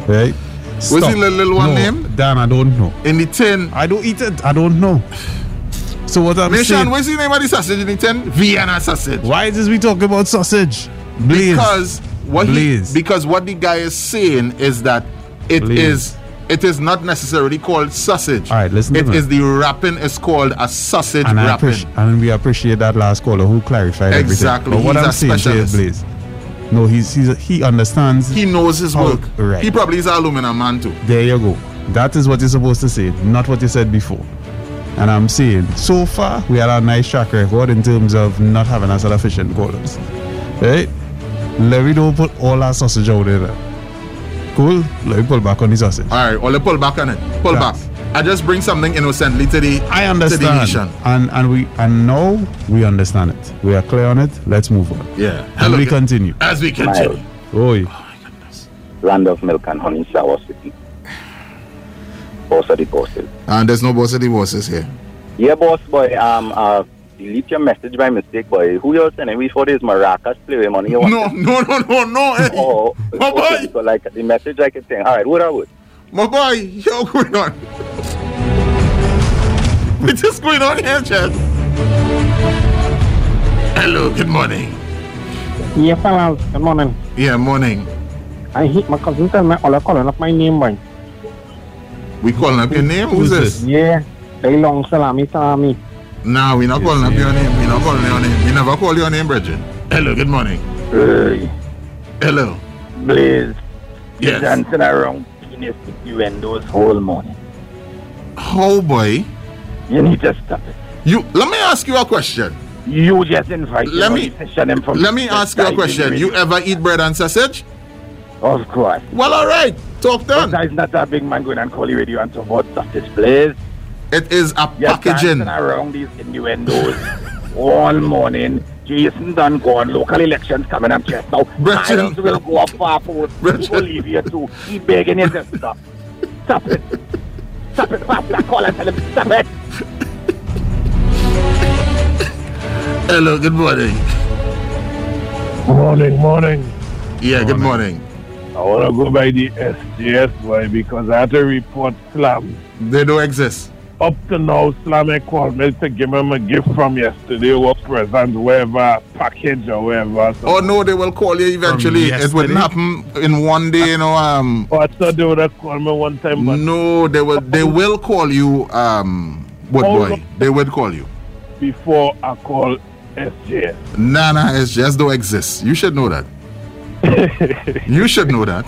right?
What's the little- little one
no,
name?
Dan, I don't know.
In the tin.
I don't eat it. I don't know. So what I'm saying?
Nation, what's the name of the sausage in the tin? Vienna sausage.
Why is this we talking about sausage? Blaze.
Because what he,
Blaze.
because what the guy is saying is that it is
Blaze.
it is not necessarily called sausage.
All right, listen to
It
me.
is the wrapping is called a sausage
and, I
wrapping.
appreciate, and we appreciate that last caller who clarified everything.
Exactly.
But what
He's
I'm
a
saying here,
specialist.
Blaze. No, he's, he's he understands.
He knows his
how-
work.
Right.
He probably is an aluminum man too.
There you go. That is what you're supposed to say, not what you said before. And I'm saying, so far, we had a nice track record in terms of not having us other fish and callers. Right? Let me don't put all our sausage out there. Cool? Let me pull back on the sausage.
All right, well, pull back on it. Pull back. I just bring something innocently to the
I
to the
understand.
nation.
And and we and now we understand it. We are clear on it. Let's move on.
Yeah.
And we continue.
As we
continue.
Miles,
Oi.
land of milk and honey, Sour City. [sighs] Boss of the bosses.
And there's no bossy divorces [laughs] here.
Yeah, boss boy, um, uh, delete your message by mistake, boy. Who you're sending me for this maracas play with money?
No, no, no, no, no. Hey.
Oh,
[laughs] My
okay, so like the message I can send. All right, what I would.
My boy, yo, going on. [laughs] What's this going on here, Chad? Hello, good morning.
Yeah, fellas, good morning.
Yeah, morning.
I hate my cousin tell me all I calling up my name, boy.
We calling up your name? Who's this?
Yeah, they long salami salami.
Nah, we not calling up your name. We not calling your name. We never call your name, Bridget. Hello, good morning. Hello.
Blaze.
Yes.
Dancing around penis with you and those whole morning.
How Oh, boy?
You need to stop it.
You let me ask you a question.
You just invite
Let
him
me
on the session and from
let me
the
ask you a
side
question.
anyway.
You ever eat bread and sausage?
Of course.
Well, all right. Talk done.
That is not a big man going and call you radio and talk about sausage, please.
It is a
You're
packaging.
dancing around these innuendos all morning. Jason done gone. Local elections coming up just now.
Brethren.
Miles will go up far forward. We'll leave you too. He begging you to stop. Stop it. Stop it. Pass that call and tell him stop it.
Hello, good morning.
[laughs] Morning, morning.
Yeah, good morning.
I want to go by the SJS boy because I had to report Slam.
They don't exist.
Up to now, Slam had called me to give him a gift from yesterday or present, wherever, package or wherever. So
Oh no, they will call you eventually.
From
It wouldn't happen in one day, you know. Um.
Oh, I thought they would have called me one time. But
no, they will. They will call you. Um. What
Oh,
boy?
no.
They will call you.
Before I call SJS.
Nah, nah. It's just don't exist. You should
[laughs]
know that. you should know that.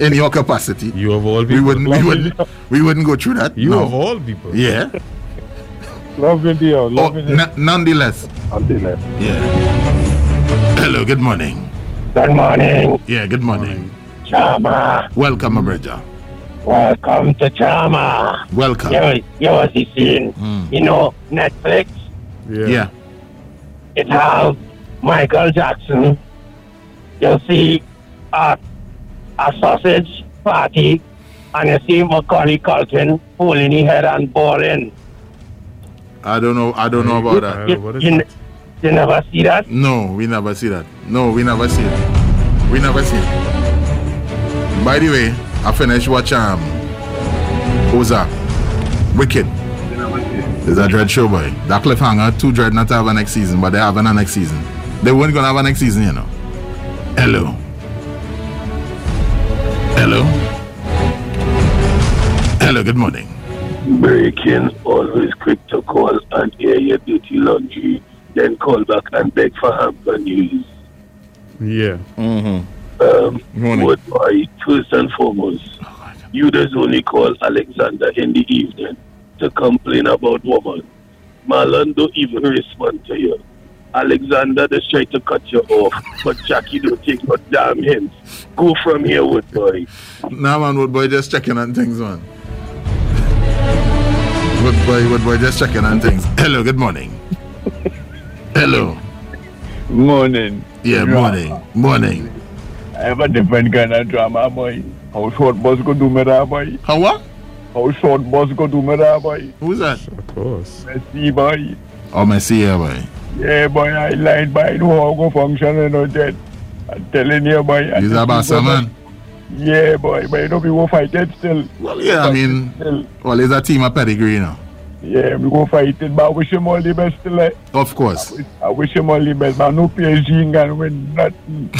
In your capacity, you
of all
we wouldn't, we wouldn't, we wouldn't go through that.
You
no.
of all people.
yeah.
Love video,
love oh, n- nonetheless.
Nonetheless.
Yeah. Hello, good morning.
Good morning.
Yeah, good morning.
Chama.
Welcome, Abreja.
Welcome to Chama.
Welcome. Mm.
You, you was the scene.
Hmm.
You know, Netflix,
Yeah.
it has Michael Jackson. You see a, a sausage party, and you see Macaulay Culkin pulling his head and balling.
I don't know. I don't know about that.
You- you ne- you never see that?
No, we never see that. No, we never see it. We never see it. By the way, I finished watching um, Ozark. Wicked. It's a dread show, boy. That cliffhanger, two dread not to have a next season, but they have a next season. They weren't gonna have a next season, you know. Hello. Hello. Hello. Good morning.
Breaking always quick to call
uh,
and air your dirty laundry, then call back and beg for hamper news.
Yeah.
Mm-hmm.
Um, what I first and foremost, you just only call Alexander in the evening to complain about woman. Marlon don't even respond to you. Alexander just try to cut you off, but Jackie don't take no damn hint. Go from here, with boy.
Nah, man, Wood Boy just checking on things, man. Wood Boy, Wood Boy just checking on things. Hello, good morning. Hello.
Morning.
Yeah, morning. Morning.
I have a different kind of drama, boy. How short boss go do me that, boy?
How what?
How short boss go do me that, boy?
Who's that?
Of course.
Messi, boy.
Oh, my see here, boy.
Yeah, boy, I lied by no how go function and all that. I'm telling you, boy. I
He's
think
a
you
bastard,
go-
man.
Yeah, boy, but you know we go fight it still.
Well, yeah, I mean, well, it's a team of pedigree, you know.
Yeah, we go fight it, but I wish him all the best still. eh.
Of course.
I wish him all the best, but no PSG ain't gonna win nothing.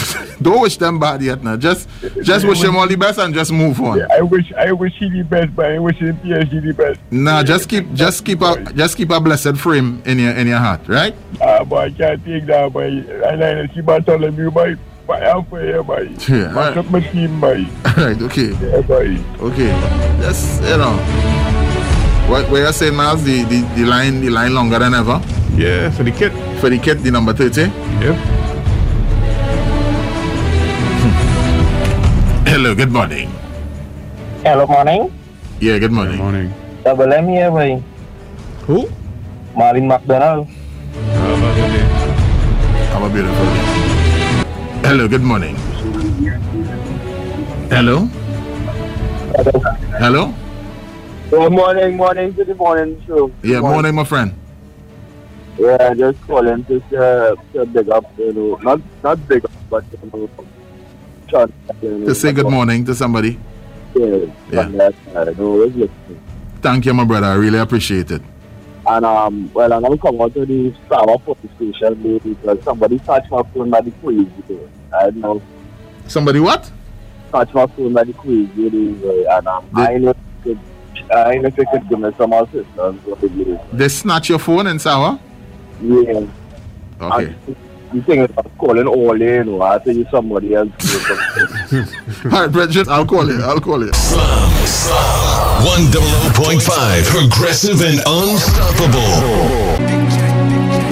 Don't wish them bad yet, now. Just, just wish them all the best and just move on.
I wish, I wish he the best, but I wish him PSG the best.
Nah, just keep, just keep a, just keep a blessed frame in your, in your heart, right?
Ah, boy, I can't take that, boy. I like to see Bartholomew, boy. But I'm for here, boy.
Yeah,
Match
alright.
up my team, boy.
Alright, okay.
Yeah, boy.
Okay. That's you know. What were you saying now? is The, the the line the line longer than ever.
Yeah, for the kid.
For the kid, the number thirty.
Yep.
Hello, good morning.
Hello, morning.
Yeah, good morning. Good morning.
Double M here, boy.
Who?
Marlon McDonald.
Have a beautiful day. Hello, good morning. Hello? Hello?
Good morning, morning to the morning show.
Yeah, morning my friend.
Yeah, just calling to, uh, to big up, you know, not not big up, but you know, shout out, you know,
To say good morning to somebody.
Yeah,
Yeah.
yeah. I know, it's good.
Thank you, my brother. I really appreciate it.
And um, well, and I'm coming out to the Starbucks police station there because somebody touched my phone by the crazy there. I know
Somebody what?
touched my phone by the crazy there, and um, I know if it could, I know if it could give me some assistance. What it is.
They snatch your phone and sour?
Yeah.
Okay.
You think I'm calling all in, you know, I think it's somebody else.
Alright, Bridget, I'll call it. I'll call it.
100.5 Progressive and unstoppable.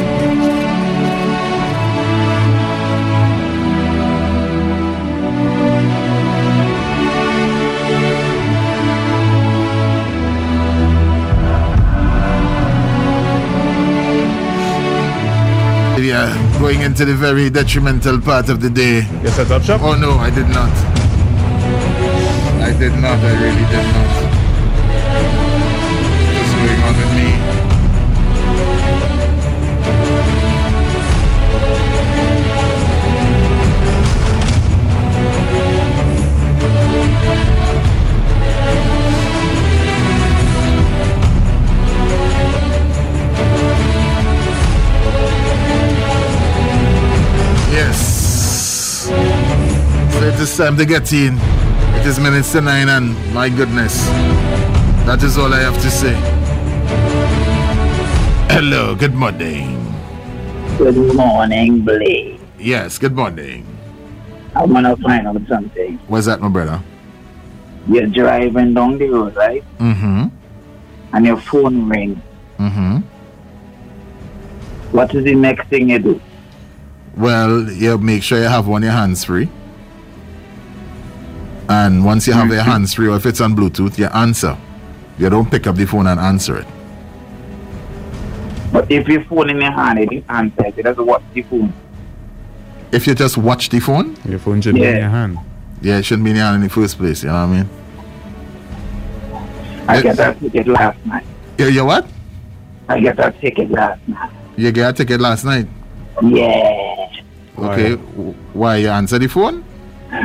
Yeah, going into the very detrimental part of the day. You set up shop? Oh no, I did not. I did not, I really did not. What's going on with me? It's time to get in. It is minutes to nine, and my goodness, that is all I have to say. Hello, good morning.
Good morning, Blake.
Yes, good morning.
I want to find out something.
Where's that, my brother?
You're driving down the road, right?
Mm-hmm.
And your phone rings.
Mm-hmm.
What is the next thing you do?
Well, you make sure you have one of your hands free. And once you have your hands free, or if it's on Bluetooth, you answer. You don't pick up the phone and answer it.
But if your phone in your hand, it is answered. It doesn't watch the phone.
If you just watch the phone,
your phone should be in your hand.
Yeah, it shouldn't be in your hand in the first place. You know what I mean?
I got that ticket last night.
You, you what?
I got that ticket last night.
You get a ticket last night.
Yeah.
Okay. w- Why you answer the phone?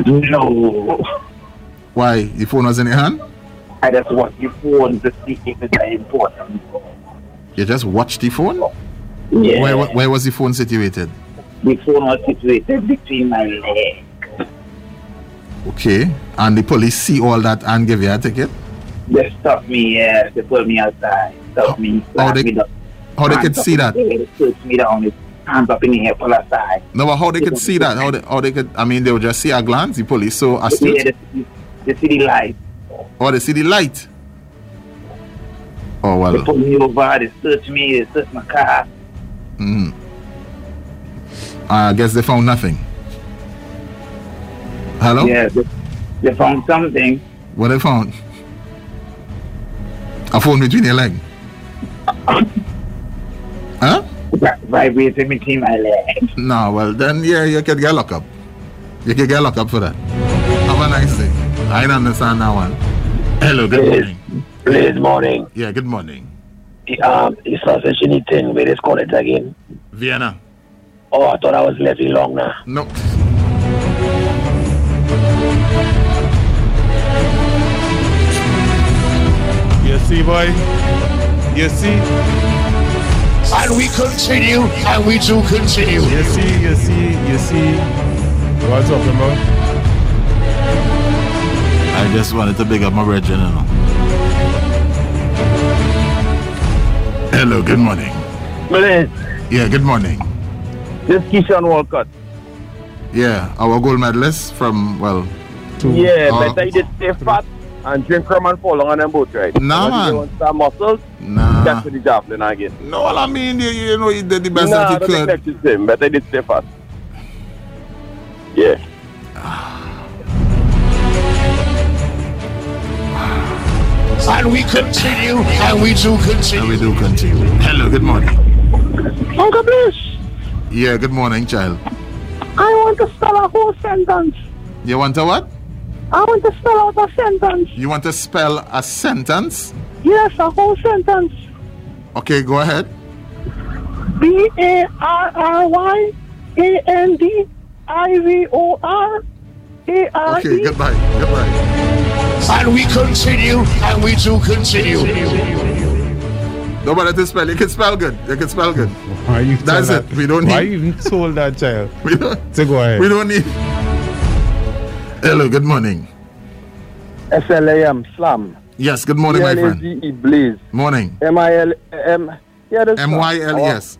No.
Why the phone was in your hand?
I just watch the phone to see if it's important.
You just watch the phone.
Yeah.
Where, where was the phone situated?
The phone was situated between my legs.
Okay. And the police see all that and give you a ticket.
They stopped me, yeah. They pulled me outside. Stopped me. slapped
they-
me down.
how they
Hands
could
up
see
in
that?
the air, Pushed me down. with Hands up in the air, pull aside.
No, but how they could see that? How they, how they could? I mean, they would just see a glance. The police so
Yeah,
astute.
they, they see the light.
Or they see the light. Oh
They
well.
pulled me over. They searched me. They searched my car.
Mm. I guess they found nothing. Hello.
Yeah, they, they found something.
What they found? A phone between your leg. huh?
Vibrating between my legs.
No, well then yeah, you could get locked up. You could get locked up for that. Have a nice day. I don't understand that one. Hello, good morning.
Good morning.
Yeah, good morning.
Um, it's not such anything. We just call it again.
Vienna.
Oh, I thought I was Leslie Long now.
No.
You see, boy? You see?
And we continue, and we do continue.
You see, you see, you see. What's up, man?
I just wanted to big up my brethren, you know. Hello, good morning.
Blaze,
Yeah, good morning.
this Keyshawn Walcott.
Yeah, our gold medalist from well.
yeah,
uh,
better you just stay fat and drink rum and fall on them both, right?
Nah,
Once
man.
You want some muscles?
Nah.
That's the javelin again.
No, well, I mean, you, you know, you did the best
nah,
that you
I don't
could.
think that's the same. Better you just stay fat. Yeah.
And we continue, and we do continue.
And we do continue. Hello, good morning.
Uncle Blish,
Yeah, good morning, child.
I want to spell a whole sentence.
You want to what?
I want to spell out a sentence.
You want to spell a sentence?
Yes, a whole sentence.
Okay, go ahead.
B A R R Y A N D I V O R A R E.
Okay,
goodbye. Goodbye.
And we continue, and we do continue.
Don't bother to spell. You can spell good. You can spell good. [laughs]
Why you
That's
tell
it.
that-
We don't
Why
need-
you even told that child?
We don't,
So go ahead.
we don't need. Hello, good morning.
SLAM, slam.
Yes, good morning, my friend.
L-A-Z-E, Blaze.
Morning.
M-I-L-M. Yeah, that's
M Y L E S.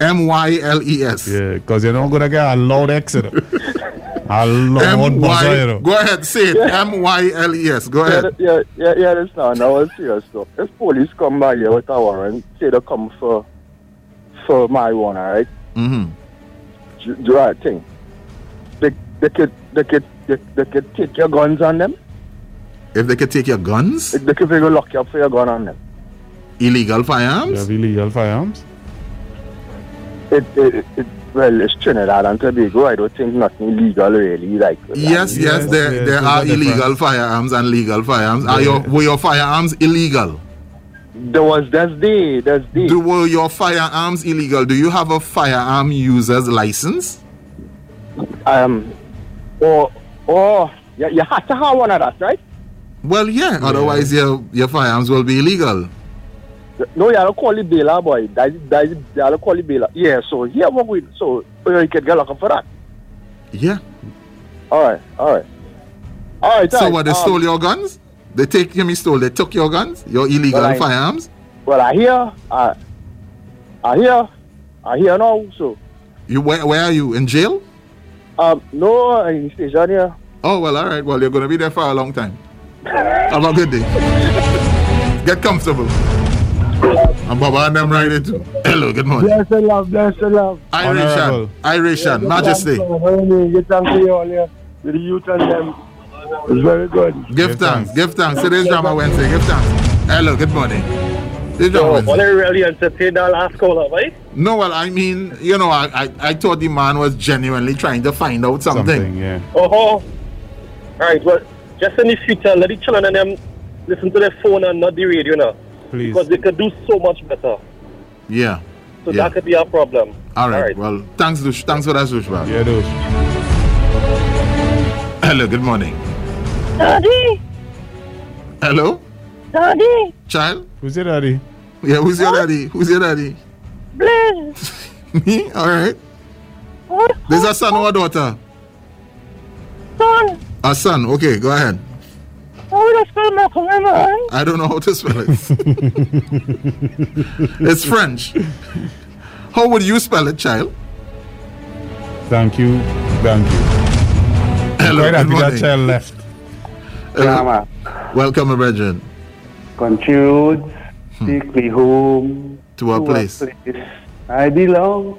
M Y L E S.
Yeah, because you're not going to get a loud
[laughs]
exit. a loud
M Y. E
buzzer.
Go ahead, say it. M Y L E S. Go
Yeah,
ahead.
that- yeah, yeah, yeah, that's not. No, it's serious though. If police come by here with a warrant, say they come for for marijuana, right?
Mm-hmm.
Do, do that thing. They they could they could they, they could take your guns on them.
If they could take your guns,
They could figure lock you up for your gun on them.
illegal firearms.
You have illegal firearms?
It it, it, it well, it's Trinidad and Tobago. I don't think nothing illegal really. Like
Yes, yes, there, there are illegal firearms and legal firearms. Are your were your firearms illegal?
There was that's the that's the.
Do, were your firearms illegal? Do you have a firearm user's license?
Um, or or oh, you, you have to have one of that, right?
Well, yeah. Otherwise, your your firearms will be illegal.
No, you don't call it Bela, boy. That's, that's, you don't call it Bela. Yeah, so yeah, what we so you can get locked up for that.
Yeah.
All right, all right. All right,
So
thanks.
what? They
Um,
stole your guns? They take you mean stole? They took your guns? Your illegal
Well, I-
firearms?
Well, I hear, I, I hear, I hear now. So,
You where, where are you? In jail?
um, no, in station here.
Oh well, all right. Well, you're gonna be there for a long time. Have a good day. Get comfortable. And Baba and them right too. Hello, good morning.
Bless the love, bless the love.
Irishan, Irishan, Majesty.
Give thanks to you all here. To the youth and them. It's very good.
Give thanks, give thanks. Today's Drama Wednesday. Give thanks. Hello, good morning. Today's Drama
So,
Wednesday.
only really entertain that last caller, right?
No, well, I mean, you know, I, I, I thought the man was genuinely trying to find out something. yeah.
Oh, all right. Well, just in the future, let the children and them listen to their phone and not the radio now.
Please.
Because they could do so much better.
Yeah.
So
Yeah.
that could be our problem.
All right. Well, thanks, Dush. Thanks for that, Dush. Yeah, Dush. Hello, good morning.
Daddy,
Hello,
daddy,
child. Who's your daddy? Yeah, who's your daddy? Who's your daddy?
please.
[laughs] Me? All right. There's a son or a daughter?
Son,
A son. Okay, go ahead.
I will spell my commitment.
I don't know how to spell
[laughs]
it. it's French. How would you spell it, child?
Thank you. Thank you. Quite
Hello, good
happy that
morning.
child left.
Hello. Welcome, my brethren.
Contribute, take me home.
To a place.
I belong.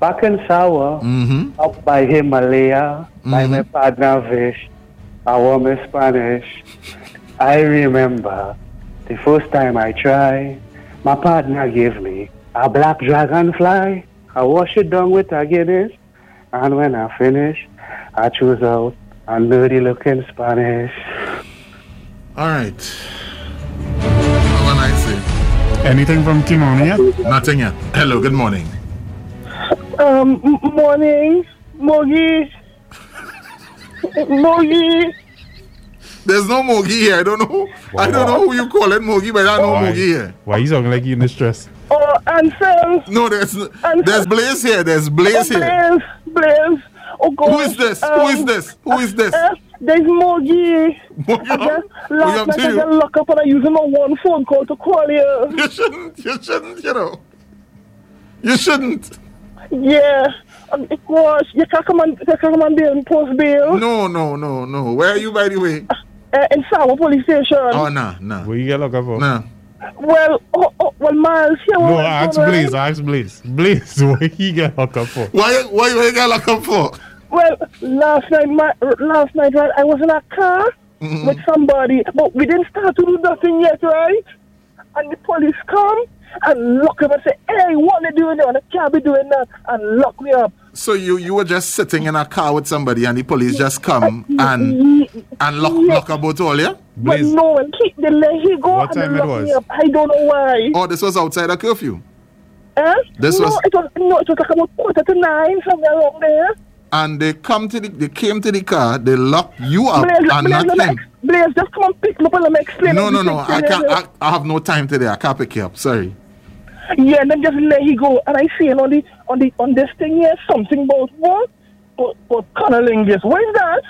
Back in Sawa,
Hmm. Mm-hmm.
up by Himalaya, by my partner Vish. I want my Spanish. I remember the first time I tried, my partner gave me a black dragonfly. I wash it down with a Guinness, and when I finish, I choose out a nerdy looking Spanish.
All right. Have a nice day.
Anything from Kimon yet?
Nothing yet. Hello, good morning.
Um, m- morning, [laughs] Mogi. Mogi.
There's no Mogi here. I don't know. I don't know who you call it Mogi, but I know
Why?
Mogi here.
Why he's talking like he in distress?
Oh, Ansel.
No, there's n- there's Blaze here. There's Blaze
oh,
here.
Blaze, Blaze. Oh, God. Um,
Who is this? Who is this? Who is this?
Uh, there's Mogi.
I
just,
we
last
up
night
to
I
you.
got locked up and I used my one phone call to call you.
[laughs] You shouldn't. You shouldn't. You know. You shouldn't.
Yeah. Um, gosh, you can't come and, you can't come and be in post bail.
No, no, no, no. Where are you, by the way?
Uh, in Sawa police station.
Oh, nah, nah. Where you get look up for? Nah.
Well, oh, oh, well, Miles, here
No, ask Blaze. Ask Blaze.
[laughs]
Blaze, what he get hooked up for?
Why? Why you get look up for?
Well, last night, my, last night, right, I was in a car
Mm-hmm.
with somebody, but we didn't start to do nothing yet, right? And the police come and lock up and say, "Hey, what they doing there? They can't be doing that," and lock me up.
So you you were just sitting in a car with somebody, and the police just come and and lock lock about all, yeah?
But no, and keep they let he go
What
and they
time it
lock
was?
me up. I don't know why.
Oh, this was outside a curfew.
Eh?
This
no,
was-
it was no, it was like about quarter to nine somewhere around there.
and they come to the they came to the car, they locked you up
Blaze,
and
Blaze, let me
nothing.
ex- Blaze, just come and pick me up and let me explain.
No, no, no. I
everything.
can't. I, I have no time today. I can't pick you up. Sorry.
Yeah, and then just let he go. And I seen on the on the on this thing here something about what? But but cunnilingus. What is that?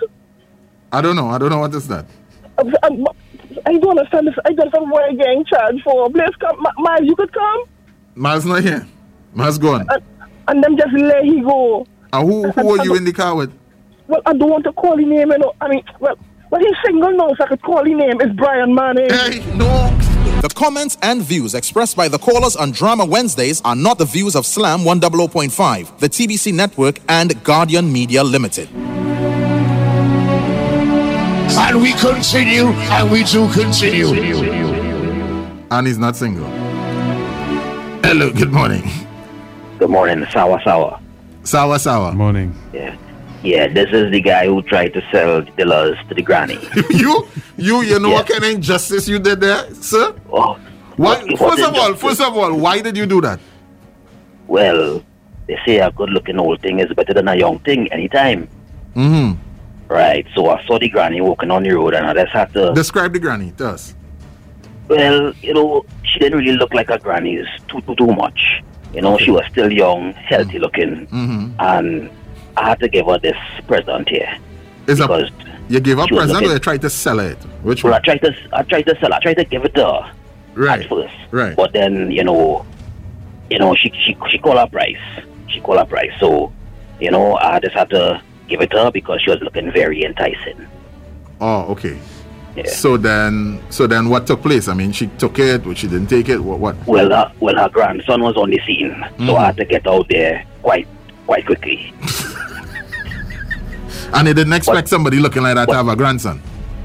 I don't know. I don't know what is that.
I'm, I'm, I don't understand this. I don't understand what I'm getting charged for. Please come, Ma- Miles, you could come.
Ma's not here. Ma's gone.
And then just let he go.
And who who were you in the car with?
Well, I don't want to call his name. You know. I mean, well, well, he's single now, so I could call his name. It's Brian Manning.
no.
The comments and views expressed by the callers on Drama Wednesdays are not the views of Slam 100.5, the TBC Network, and Guardian Media Limited.
And we continue, and we do continue.
And he's not single. [laughs] Hello. Good morning.
Good morning, Sawa Sawa.
Sawa Sawa. Morning.
Yeah, this is the guy who tried to sell the laws to the granny.
you you you know what kind of injustice you did there, sir?
Oh,
[laughs] Why,
what- what
first of all,
injustice?
first of all, why did you do that?
Well, they say a good looking old thing is better than a young thing anytime.
Mm-hmm.
Right, so I saw the granny walking on the road and I just had to.
Describe the granny to us.
Well, you know, she didn't really look like a granny it's too, too, too much. You know, she was
Mm.
still young, healthy looking,
Mm-hmm.
and I had to give her this present here.
Is a,
Because
you gave her
she was
present or
looking-
you tried to sell it? Which
Well, I
one?
tried to, I tried to sell, I tried to give it to her
Right.
at first.
Right.
But then, you know, you know, she she she called her price. She called her price. So, you know, I just had to give it to her because she was looking very enticing.
Oh, okay. So then, so then, what took place? I mean, she took it, or she didn't take it. What? What?
Well, her, well, her grandson was on the scene, so
Mm-hmm.
I had to get out there quite quite quickly.
and they didn't expect somebody looking like that to have a grandson.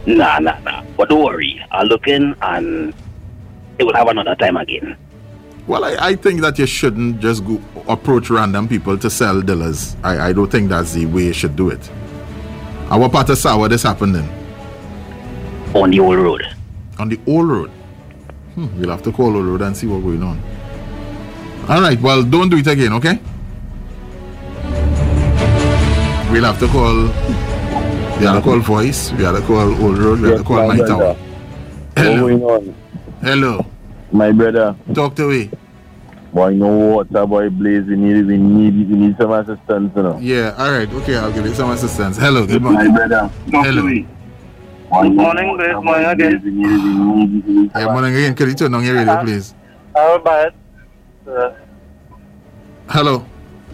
Nah, nah, nah. But don't worry, I look in and it will have another time again.
Well, I, I think that you shouldn't just go approach random people to sell dealers. I, I don't think that's the way you should do it. And what part of Sawa this happened in?
On the old road.
On the old road? Hmm, we'll have to call old road and see what's going on. All right, well, don't do it again, okay? We'll have to call. We had to call voice. We had to call old road. We had to
Yes,
call
my
night
brother.
tower.
What's going on?
Hello.
My brother.
Talk to me.
Boy, no water, boy, blaze. We need, we need, we need some assistance, you know.
Yeah. All right. Okay. I'll give you some assistance. Hello. Good
My
morning.
brother.
Hello.
Good morning, good morning again. We need, we need, we need
Yeah, morning again. Could you turn on your
Uh-huh.
radio, please?
I'll buy it. Oh, Uh,
Hello.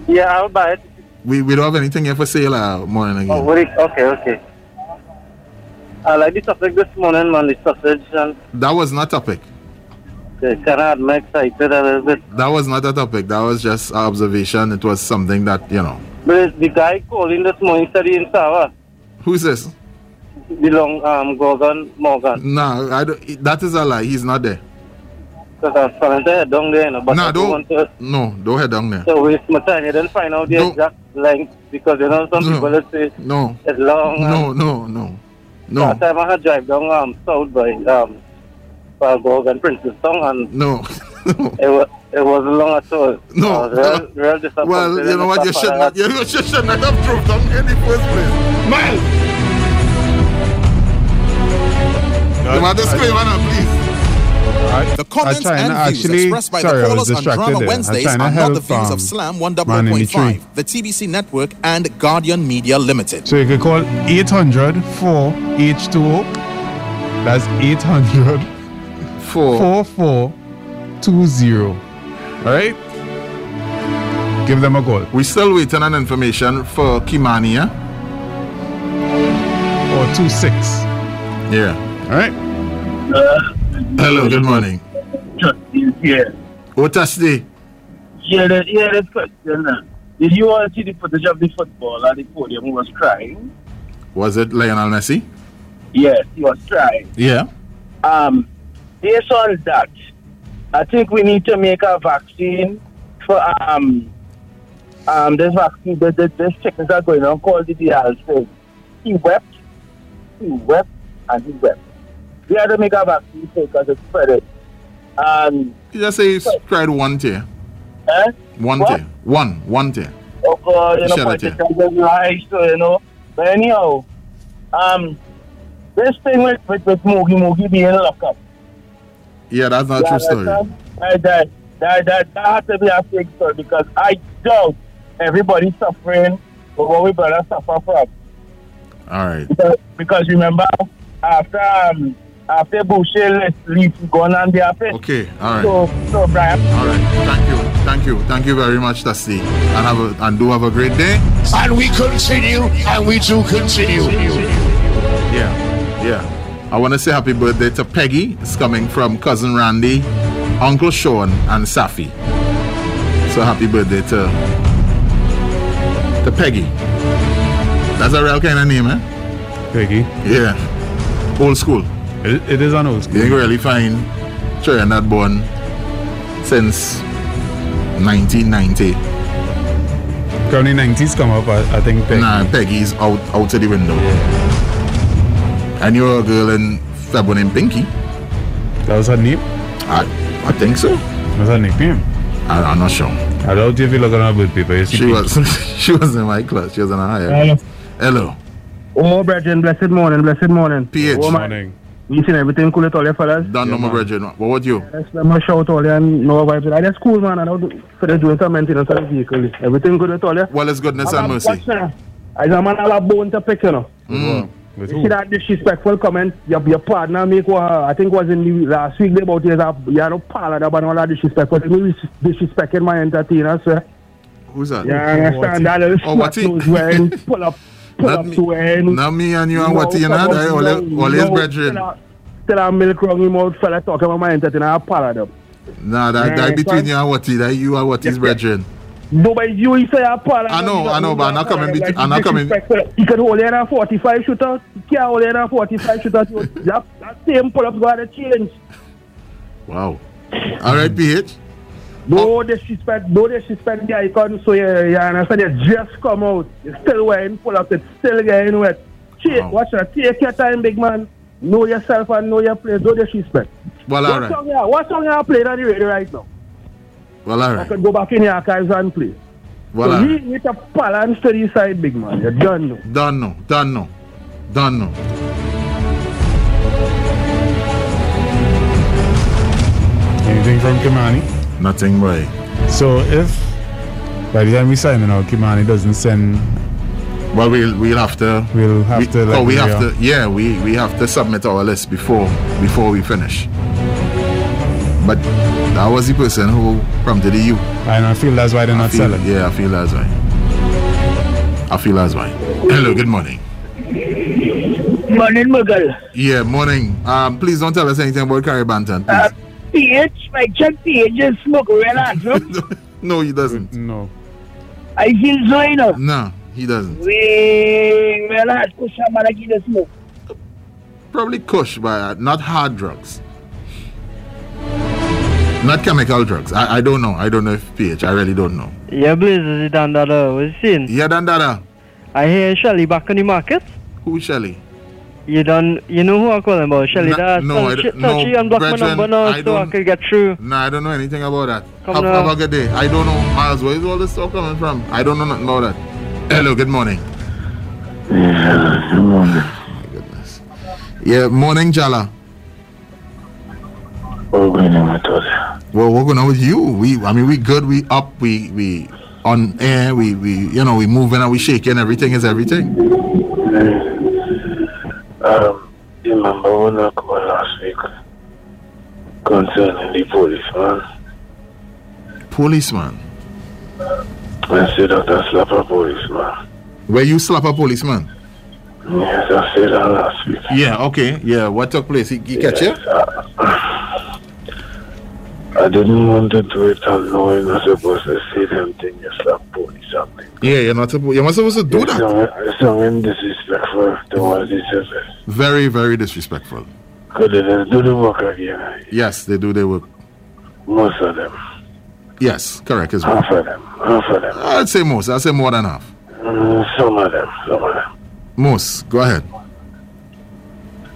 yeah, I'll buy it.
We we don't have anything here for sale. Uh, morning again.
Oh, what is, okay, okay. I like the topic this morning, man. The sausage and
That was not topic.
the kind of me excited a little bit.
That was not a topic. That was just an observation. It was something that you know.
But the guy calling this morning said he in Sawa,
Who's this? Mm.
the long um, Gorgon Morgan.
No, I don't, that is a lie. He's not there.
Because I was trying to head down there, you know, but
Nah,
I don't want to,
No, don't head down there.
to waste my time. You didn't find out the exact length because you know some people that say
No,
it's long.
no,
and-
no, no, no.
Last time I had drive down um, south by um, by Gorgon Princess Town and
no.
[laughs] It was it wasn't long at all. No, I was real, real disappointed.
Well, you know what? You should not. You should not have drove down here in the first place. Mile. You want disclaimer now, please.
The comments
trying
and
to
views
actually-
expressed by
sorry,
the
I was
callers on
distracted
Drama
there. I
Wednesdays
trying to
are not the
help,
views
um,
of Slam
man in the tree.
1.5, the TBC Network, and Guardian Media Limited.
So you can call 800 4 H2O. That's 800 4420.
All right. Give them a call. We're still waiting on information for Kimania. Or 2 6. Yeah. All right. Hello, good morning.
Yeah.
What is the?
Yeah, that, yeah, that question. Uh, did you all see the footage of the football at the podium? He was crying.
Was it Lionel Messi?
Yes, he was crying.
Yeah.
Um, based on that, I think we need to make a vaccine for um um this vaccine this this, this sickness that's going on called the DLC. He wept, he wept, and he wept. We had to make a vaccine for it because it's spreading. Um,
You just say he's cried one tear.
eh?
One
What?
tear. One. One tear.
Oh God, you know,
Shut it, yeah.
politics is lies, so you know. But anyhow, um, this thing with with, with Moogie Moogie being locked up.
Yeah, that's not a true story.
That, that, that, that, that has to be a fake story because I doubt everybody's suffering for what we brother suffer
All
from.
right.
Because, because remember, after um, after Boucher leave gone and they have it.
Okay. All right.
So, so Brian.
All right. Thank you. Thank you. Thank you very much, Tasty. And have a, and do have a great day.
And we continue, and we do continue.
Yeah, yeah. I want to say happy birthday to Peggy. It's coming from cousin Randy, Uncle Sean, and Safi. So happy birthday to to Peggy. That's a real kind of name, eh?
Peggy.
Yeah. Old school.
it is an old school.
You can really find sure you're not born since 1990.
Currently 90s come up, I, I think. Peggy.
Nah, Peggy's out out of the window. And you're a girl in February named Pinky.
That was her name?
I, I think so.
Was her nickname?
I, I'm not sure.
I doubt if you look at her with paper. You see
She
people.
was [laughs] she was in my class. She was in a higher.
Hello.
class. Hello.
Oh, brethren, blessed morning, blessed morning.
PH.
Oh, man. You seen everything cool at all, you fellas?
Don't know my brethren. What about you?
Yes, man, my shout all yeah, and no vibes. I just cool, man. I don't for the doing some maintenance on the vehicle. Everything good at all, yeah?
Well, it's goodness and mercy. Mm.
I just man I have a bone to pick, you know.
With
Păi
You see that disrespectful comment your, your partner make wa- I think was in the last week they about it that you know parlor about all that disrespectful you disrespecting my entertainer sir
Who's that?
yeah I understand that little
Ah, Oh, what
snot nose wearing pull up pull up to wearing
Now me and you and Wati, you know, that all, all eh? his brethren.
tell a milk wrong him out fella talking about my entertainer I parlor them
[laughs] Nah, that,
Yeah,
that between
son.
you and Wati, that you and Wati's brethren.
no but you he say I parlor
I know, Oh, I know, but I'm not coming
Like,
between, I'm not coming.
disrespectful. You can hold in a 45 shootout. You can't hold in a 45
[laughs]
shootout. You, that, that same pull up got to change.
Wow. All right, PH.
Hmm.
Oh.
No disrespect, no disrespect the icon. So yeah, yeah, and I said it just come out. It's still wearing pull up. It's still getting wet. Shit, watch that. Take your time, big man. Know yourself and know your place. No disrespect.
Well, all
what
right.
song you What song you playing on the radio right now?
Well, all
I
right.
can go back in the archives and play.
Well, all
so
right.
he, he's a balance to the side, big man. You're done now.
Done now. Done now. Done now.
Anything from Kimani?
Nothing, boy.
So if by the time we sign in out, Kimani doesn't send.
Well, we'll we'll have to.
We'll have
We,
to.
oh,
like,
we have
yeah.
to. Yeah, we we have to submit our list before before we finish. But that was the person who prompted you.
And I feel that's why they're
I
not
feel-
selling.
Yeah, I feel that's why. I feel that's why. Hello, good morning.
Morning, Mughal.
Yeah, morning. Um, please don't tell us anything about Carrie Banton. please.
Uh, PH, my check PH is smoke real anthem.
[laughs] no, he doesn't.
No.
I feel so, you know.
No, he doesn't.
We real hard push a man again the smoke.
Probably kush, but uh, not hard drugs. Not chemical drugs. I, I don't know. I don't know if PH. I really don't know.
Yeah, Blaze, is it Dandada? What you saying?
Yeah, Dandada.
I hear Shelly back on the market.
Who Shelly?
You don't, you know who I call him about? Shelly
No-
that
no, I
touch,
don't-
touchy
no,
and block my
brethren,
number now
I
so I
don't-
can get through.
No, I don't know anything about that.
Come
Have,
now.
have a good day. I don't know, Miles. Where is all this stuff coming from? I don't know nothing about that. Hello, good morning. My goodness. Yeah, morning, Jala.
Oh, good night, Todd.
Well, we're going on with you. We, I mean, we good. We up. We, we on air. We, we, you know, we moving and we shaking. Everything is everything.
Um, you remember when I called last week concerning the policeman?
Policeman.
I said that I slapped a policeman.
Where you slap a policeman?
Yes, I said that last week.
Yeah. Okay. Yeah. What took place? He, he catch you?
I didn't want to do it and no, you're not supposed to say them thing you slap police and
Yeah. You're not. suppo- You're not supposed to do
it's
that.
Some, it's some disrespectful towards the service.
Very, very disrespectful.
Could they just do the work again?
Yes, they do their work.
Most of them.
Yes, correct as well.
Half of them. Half of them.
I'd say most. I'd say more than half.
Mm, some of them. Some of them.
Most. Go ahead.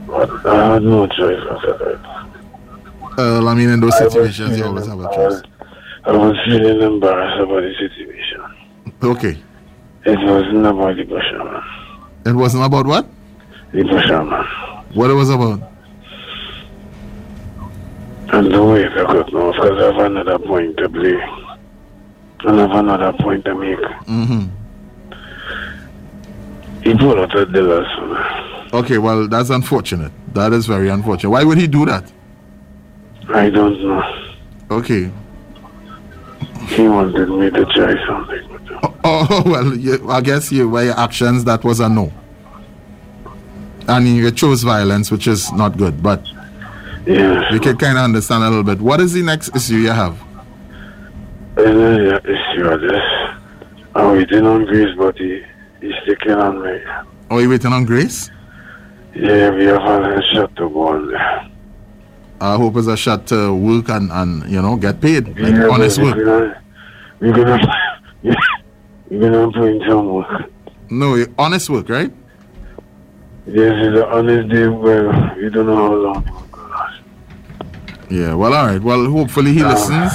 But I had no choice whatsoever.
Uh, I mean, in those
I was
situations, you
feeling
always have a choice.
embarrassed. I was feeling embarrassed about the situation.
Okay.
It wasn't about the Busherman.
It wasn't about what?
The Busherman.
What it was about?
And the way I could know, because I have another point to play. And I have another point to make.
Mm-hmm.
He pulled out a dealer's son.
Okay, well, that's unfortunate. That is very unfortunate. Why would he do that?
I don't know.
Okay.
He wanted me to try something.
[laughs] Oh, well, you, I guess you were your actions, that was a no. And you chose violence, which is not good, but
Yes.
we can kind of understand a little bit. What is the next issue you have?
Another issue of this. I'm waiting on Grace, but he, he's sticking on me.
Are you waiting on grace?
Yeah, we have a shot to go on there.
I hope it's a shot to work and, and you know, get paid. Like,
Yeah,
honest
but
work.
We're gonna, we're gonna, we're gonna put in some work.
No, eh, honest work, right?
This is an honest day where we don't know how long.
Yeah, well, all right. Well, hopefully he listens.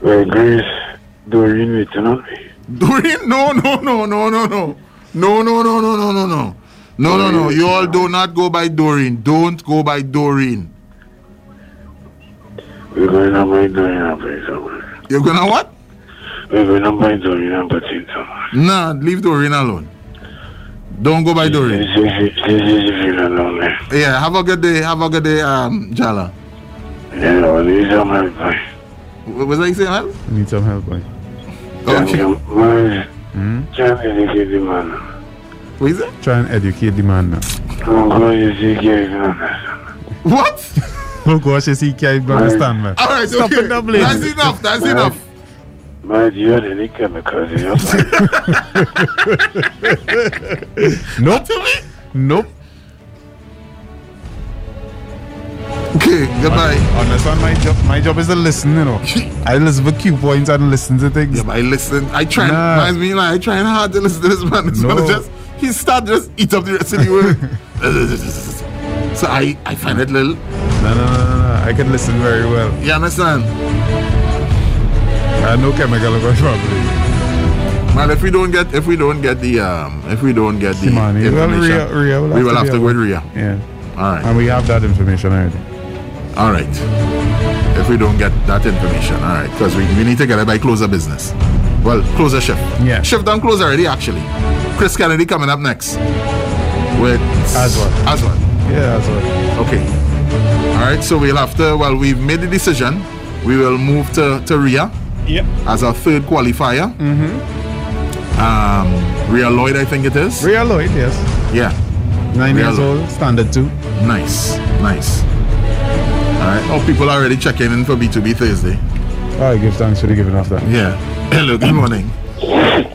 Well, Grace, Doreen waiting on me.
Doreen, no, no, no, no, no, no. No, no, no, no, no, no, no. No, no, no. You all do not go by Doreen. Don't go by Doreen.
We're going to buy Doreen and put somewhere.
You're gonna what?
We're going to buy Doreen and put in somewhere.
Nah, leave Doreen alone. Don't go by Dory.
Yeah,
Yeah, have a good day. Have a good day, um, Jala.
I need some help. boy.
What was I saying? Al?
I need some help, boy.
Tell me, man, tell me to get the man.
What is it?
Try and educate the man now.
I'm going to see Gary Gunn.
What?
[laughs]
Ah,
Look what she see, can't understand, man.
All right,
Stop
okay.
it, Dublin.
That's enough. That's
Man.
enough.
Man, you had any [laughs] chemicals in your body.
Nope. Nope.
Okay, goodbye.
Understand my job. My job is to listen, you
[laughs]
know. I listen for cue points and listen to things. Yeah,
but I listen. I try.
Nah.
I mean, like, I trying hard to listen to this man. This man
No.
is [laughs] just he start just eat up the rest of the word. [laughs] so I I find it little.
No, no, no, no, no. I can listen very well.
You understand?
I know chemical about probably.
Man, if we don't get if we don't get the um if we don't get the
Simone, well,
information,
Ria- Ria will
we
have
will
to
have
be
to go
our-
with Ria.
Yeah.
All right.
And we have that information already.
All right. If we don't get that information, all right, because we, we need to get it by close of business. Well, close a shift. Yeah. Shift done close already, actually. Chris Kennedy coming up next with Aswan. Aswan.
Yeah, Aswan.
Okay. All right, so we'll have to, well, we've made the decision. We will move to, to Ria
Yep.
as our third qualifier.
Mm-hmm.
Um, Ria Lloyd, I think it is.
Ria Lloyd, yes.
Yeah.
Nine
Ria
years
Lloyd.
old, standard two.
Nice, nice. All right. Oh, people are already checking in for B2B Thursday. [coughs]
All right, give thanks for the giving off that.
Yeah. Hello, good morning.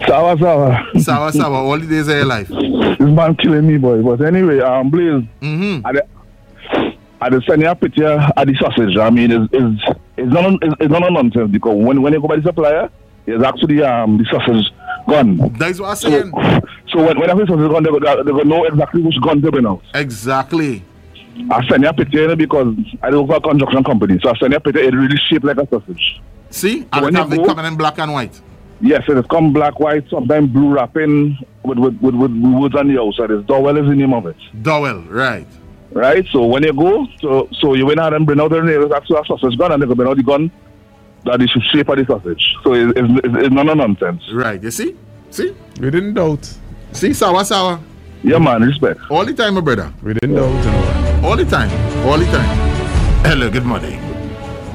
Sawa, sawa.
Sawa, sawa, all the days of your life.
This man killing me, boy. But anyway, um, Blaze, mm-hmm. I, de- I de- send you a picture of the sausage. I mean, it's, it's, it's, not, it's, it's not a nonsense because when, when you go by the supplier, it's actually um, the sausage gun.
That's what I'm saying.
So, so when, when I say sausage gun, they go, they go know exactly which gun they're now.
Exactly.
I send you a picture you know, because I work for a construction company. So I send you a picture, it really shaped like a sausage.
See? And it
When
have
you
it
go-
coming in black and white.
Yes, it has come black, white, sometimes blue wrapping with with with, with woods on the outside. It's Dowell is the name of it.
Dowell, right.
Right. So when you go, so so you went out and bring out the neighbors actually a sausage gun and they could bring out the gun that is the shape of the sausage. So it's, it's, it's, it's none of nonsense.
Right, you see? See?
We didn't doubt.
See, sawa, sawa.
Yeah man, respect.
All the time, my brother.
We didn't doubt.
All the time. All the time. Hello, good morning.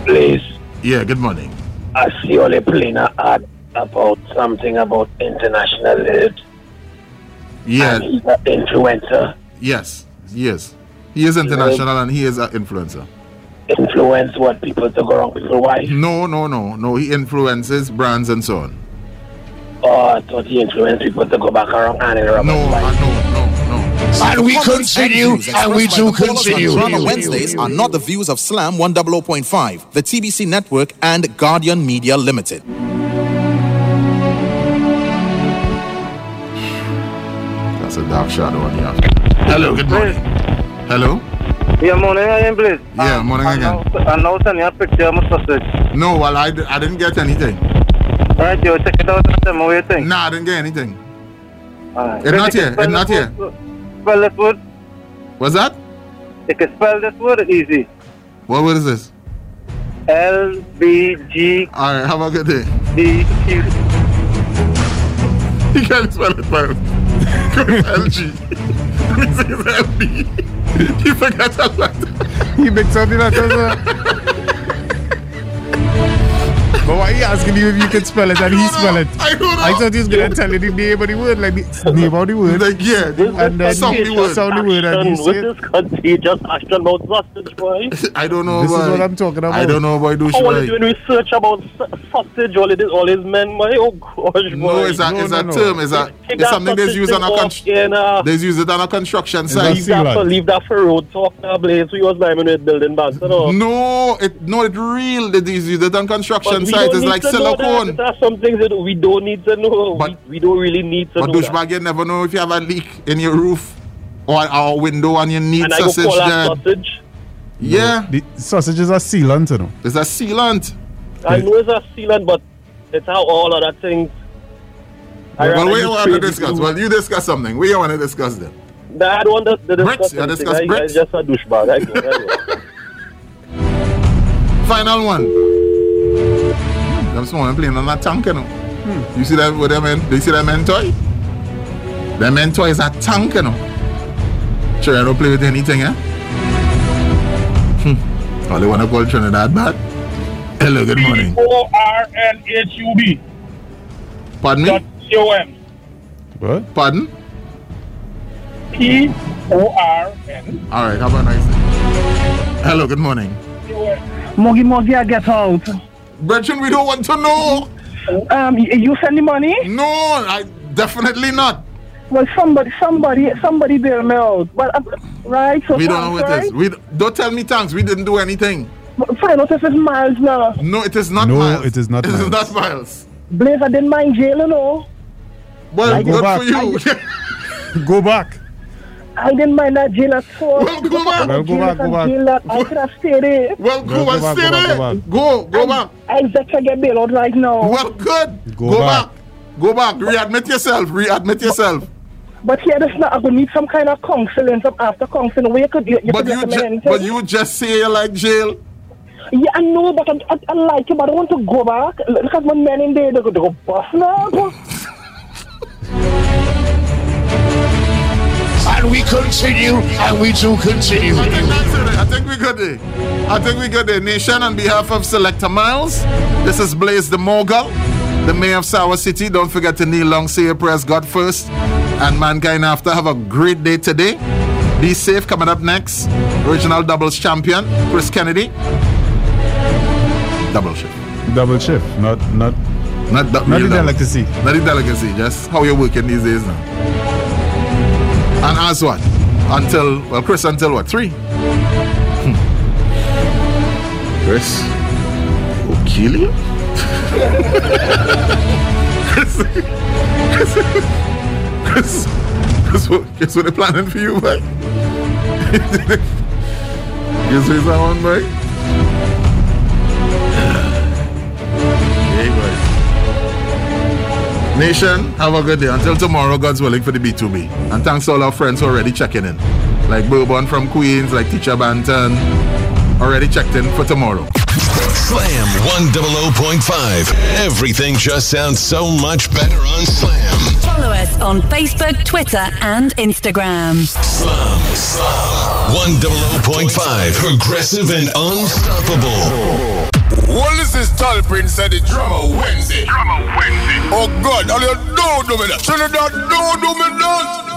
Please.
Yeah, good morning.
I see Ole Plina ad about something about international aid.
Yeah.
He's an influencer.
Yes. Yes. He is international and he is an influencer.
Influence what people to go wrong people wife.
No, no, no, no. He influences brands and so on.
Oh, I thought he influenced people to go back around and in Robert No, wife.
And
we
continue,
and we do continue.
Drama Wednesdays are not the views of Slam 100.5, the TBC Network, and Guardian Media Limited.
That's a dark shadow on the afternoon. Hello, good morning. Hello?
Yeah, morning again, please.
Yeah, morning again.
And now send you a picture of my sausage.
No, well, I, d- I didn't get anything.
Alright, yo, check it out and tell me what you think.
Nah, I didn't get anything.
Alright.
It's not here. It's not here.
Spell this word.
What's that?
You can spell this word easy.
What word is this?
L B G.
Alright, have a good day.
D Q.
He can't spell it well. [laughs] LG. Mrs. LB. He forgot how to
[laughs] He mixed up the letters. uh. but why he asking you if you could spell it and he spell it?
I don't know.
I thought he was gonna tell you the name of the word, like the name of the word.
Like yeah,
and then sound the word, sound the word, and you say it.
With this contagious astronaut sausage, boy.
[laughs] I don't know
This is
why.
what I'm talking about.
I don't know why do
Oh, all you doing research about sa- sausage, all it is, all is men, boy. Oh gosh, boy.
No, it's a, it's a term. It's, a,
Take
it's
that
something that's
sausage
used on a
thing
con-
off, yeah, nah.
They use it on a construction site.
Leave that, for, leave that for road talk now, Blaze. We was diamond with building back, you know.
No, it no, it real. They use it on
But
construction
we
sites.
don't
It's
need
like
to know that.
silicone.
There are some things that we don't need to know. we, we don't really need to
But
know. that.
douchebag, you never know if you have a leak in your roof or our window and you need
And I go
sausage
call that
there.
sausage.
Yeah.
The sausages are sealant, you know.
It's a sealant.
I know it's a sealant, but it's how all other things. I
well,
rather
we
use
want to
crazy
discuss.
glue.
Well, you discuss something. We want to discuss then.
Nah, I don't want to
Bricks,
discuss
you
anything.
discuss
I, I
bricks?
just a douchebag. I know, I know.
Final one. Them small man playing on that tank, you know. You see that with them, men- they see that man toy? The mentor is a tank, you know. Sure, I don't play with anything, eh? Hmm. All they want to call Trinidad bad. Hello, good morning.
O R N H U B.
Pardon me?
C O M.
What? Pardon?
P O R N
All right, have a nice day. Hello, good morning.
C O M.
Moggy Moggy, I get out.
Brethren, we don't want to know.
Um, y- you send the money?
No, I definitely not.
Well, somebody, somebody, somebody bail me out. Well, uh, right? So
we don't know what it
thanks,
is. We d- don't tell me thanks. We didn't do anything.
right? But Find out if it's miles now.
No, it is not
No,
miles.
it is not
It is
miles.
not miles.
Blaze, I didn't mind jail, you know.
Well,
I
good
go
for you. [laughs]
Go back.
I didn't mind that jail at all. Well,
go back.
Well, go back, go back.
Jail that I could have stayed there.
Well,
go
go
back,
and
go
stay
back, go
there. Go, go back.
I better get bail out right now.
Well, good.
Go
Go, back. Go back. Readmit yourself. Readmit yourself.
But here, this not, I could need some kind of counseling, some after counseling. Where you could you, you
But
could
you,
recommend
ju-
anything?
but you just say you like jail.
Yeah, I know, but I, I, I like it, but I want to go back. Look at my men in there, they go, they go bust now. bro.
And we continue, and we do continue.
I think that's it. I think we got it. I think we got the nation on behalf of Selector Miles. This is Blaze the Mogul, the mayor of Sour City. Don't forget to kneel long, say your prayers, God first, and mankind after. Have a great day today. Be safe. Coming up next, original doubles champion Chris Kennedy. Double shift.
Double shift, not not
not, du-
not
real
the
double.
delicacy.
Not the delicacy, just how you're working these days now. And as what? Until, well, Chris, until what? Three?
[laughs]
Hmm. Chris? Will kill you? Chris, Chris, [laughs] Chris, Chris, what, Chris, what they planning for you, boy? [laughs] Guess who's that one, boy? Hey, boy. Nation, have a good day. Until tomorrow, God's willing for the B2B. And thanks to all our friends who already checking in. Like Bourbon from Queens, like Teacher Banton. Already checked in for tomorrow.
Slam 100.5. Everything just sounds so much better on Slam.
Follow us on Facebook, Twitter, and Instagram.
Slam. Slam. 100.5. Progressive and unstoppable.
Well, this is Tall Prince at the Drummer Wednesday. Drummer Wednesday. Oh God, all you do do me that. Trinidad, do do me that.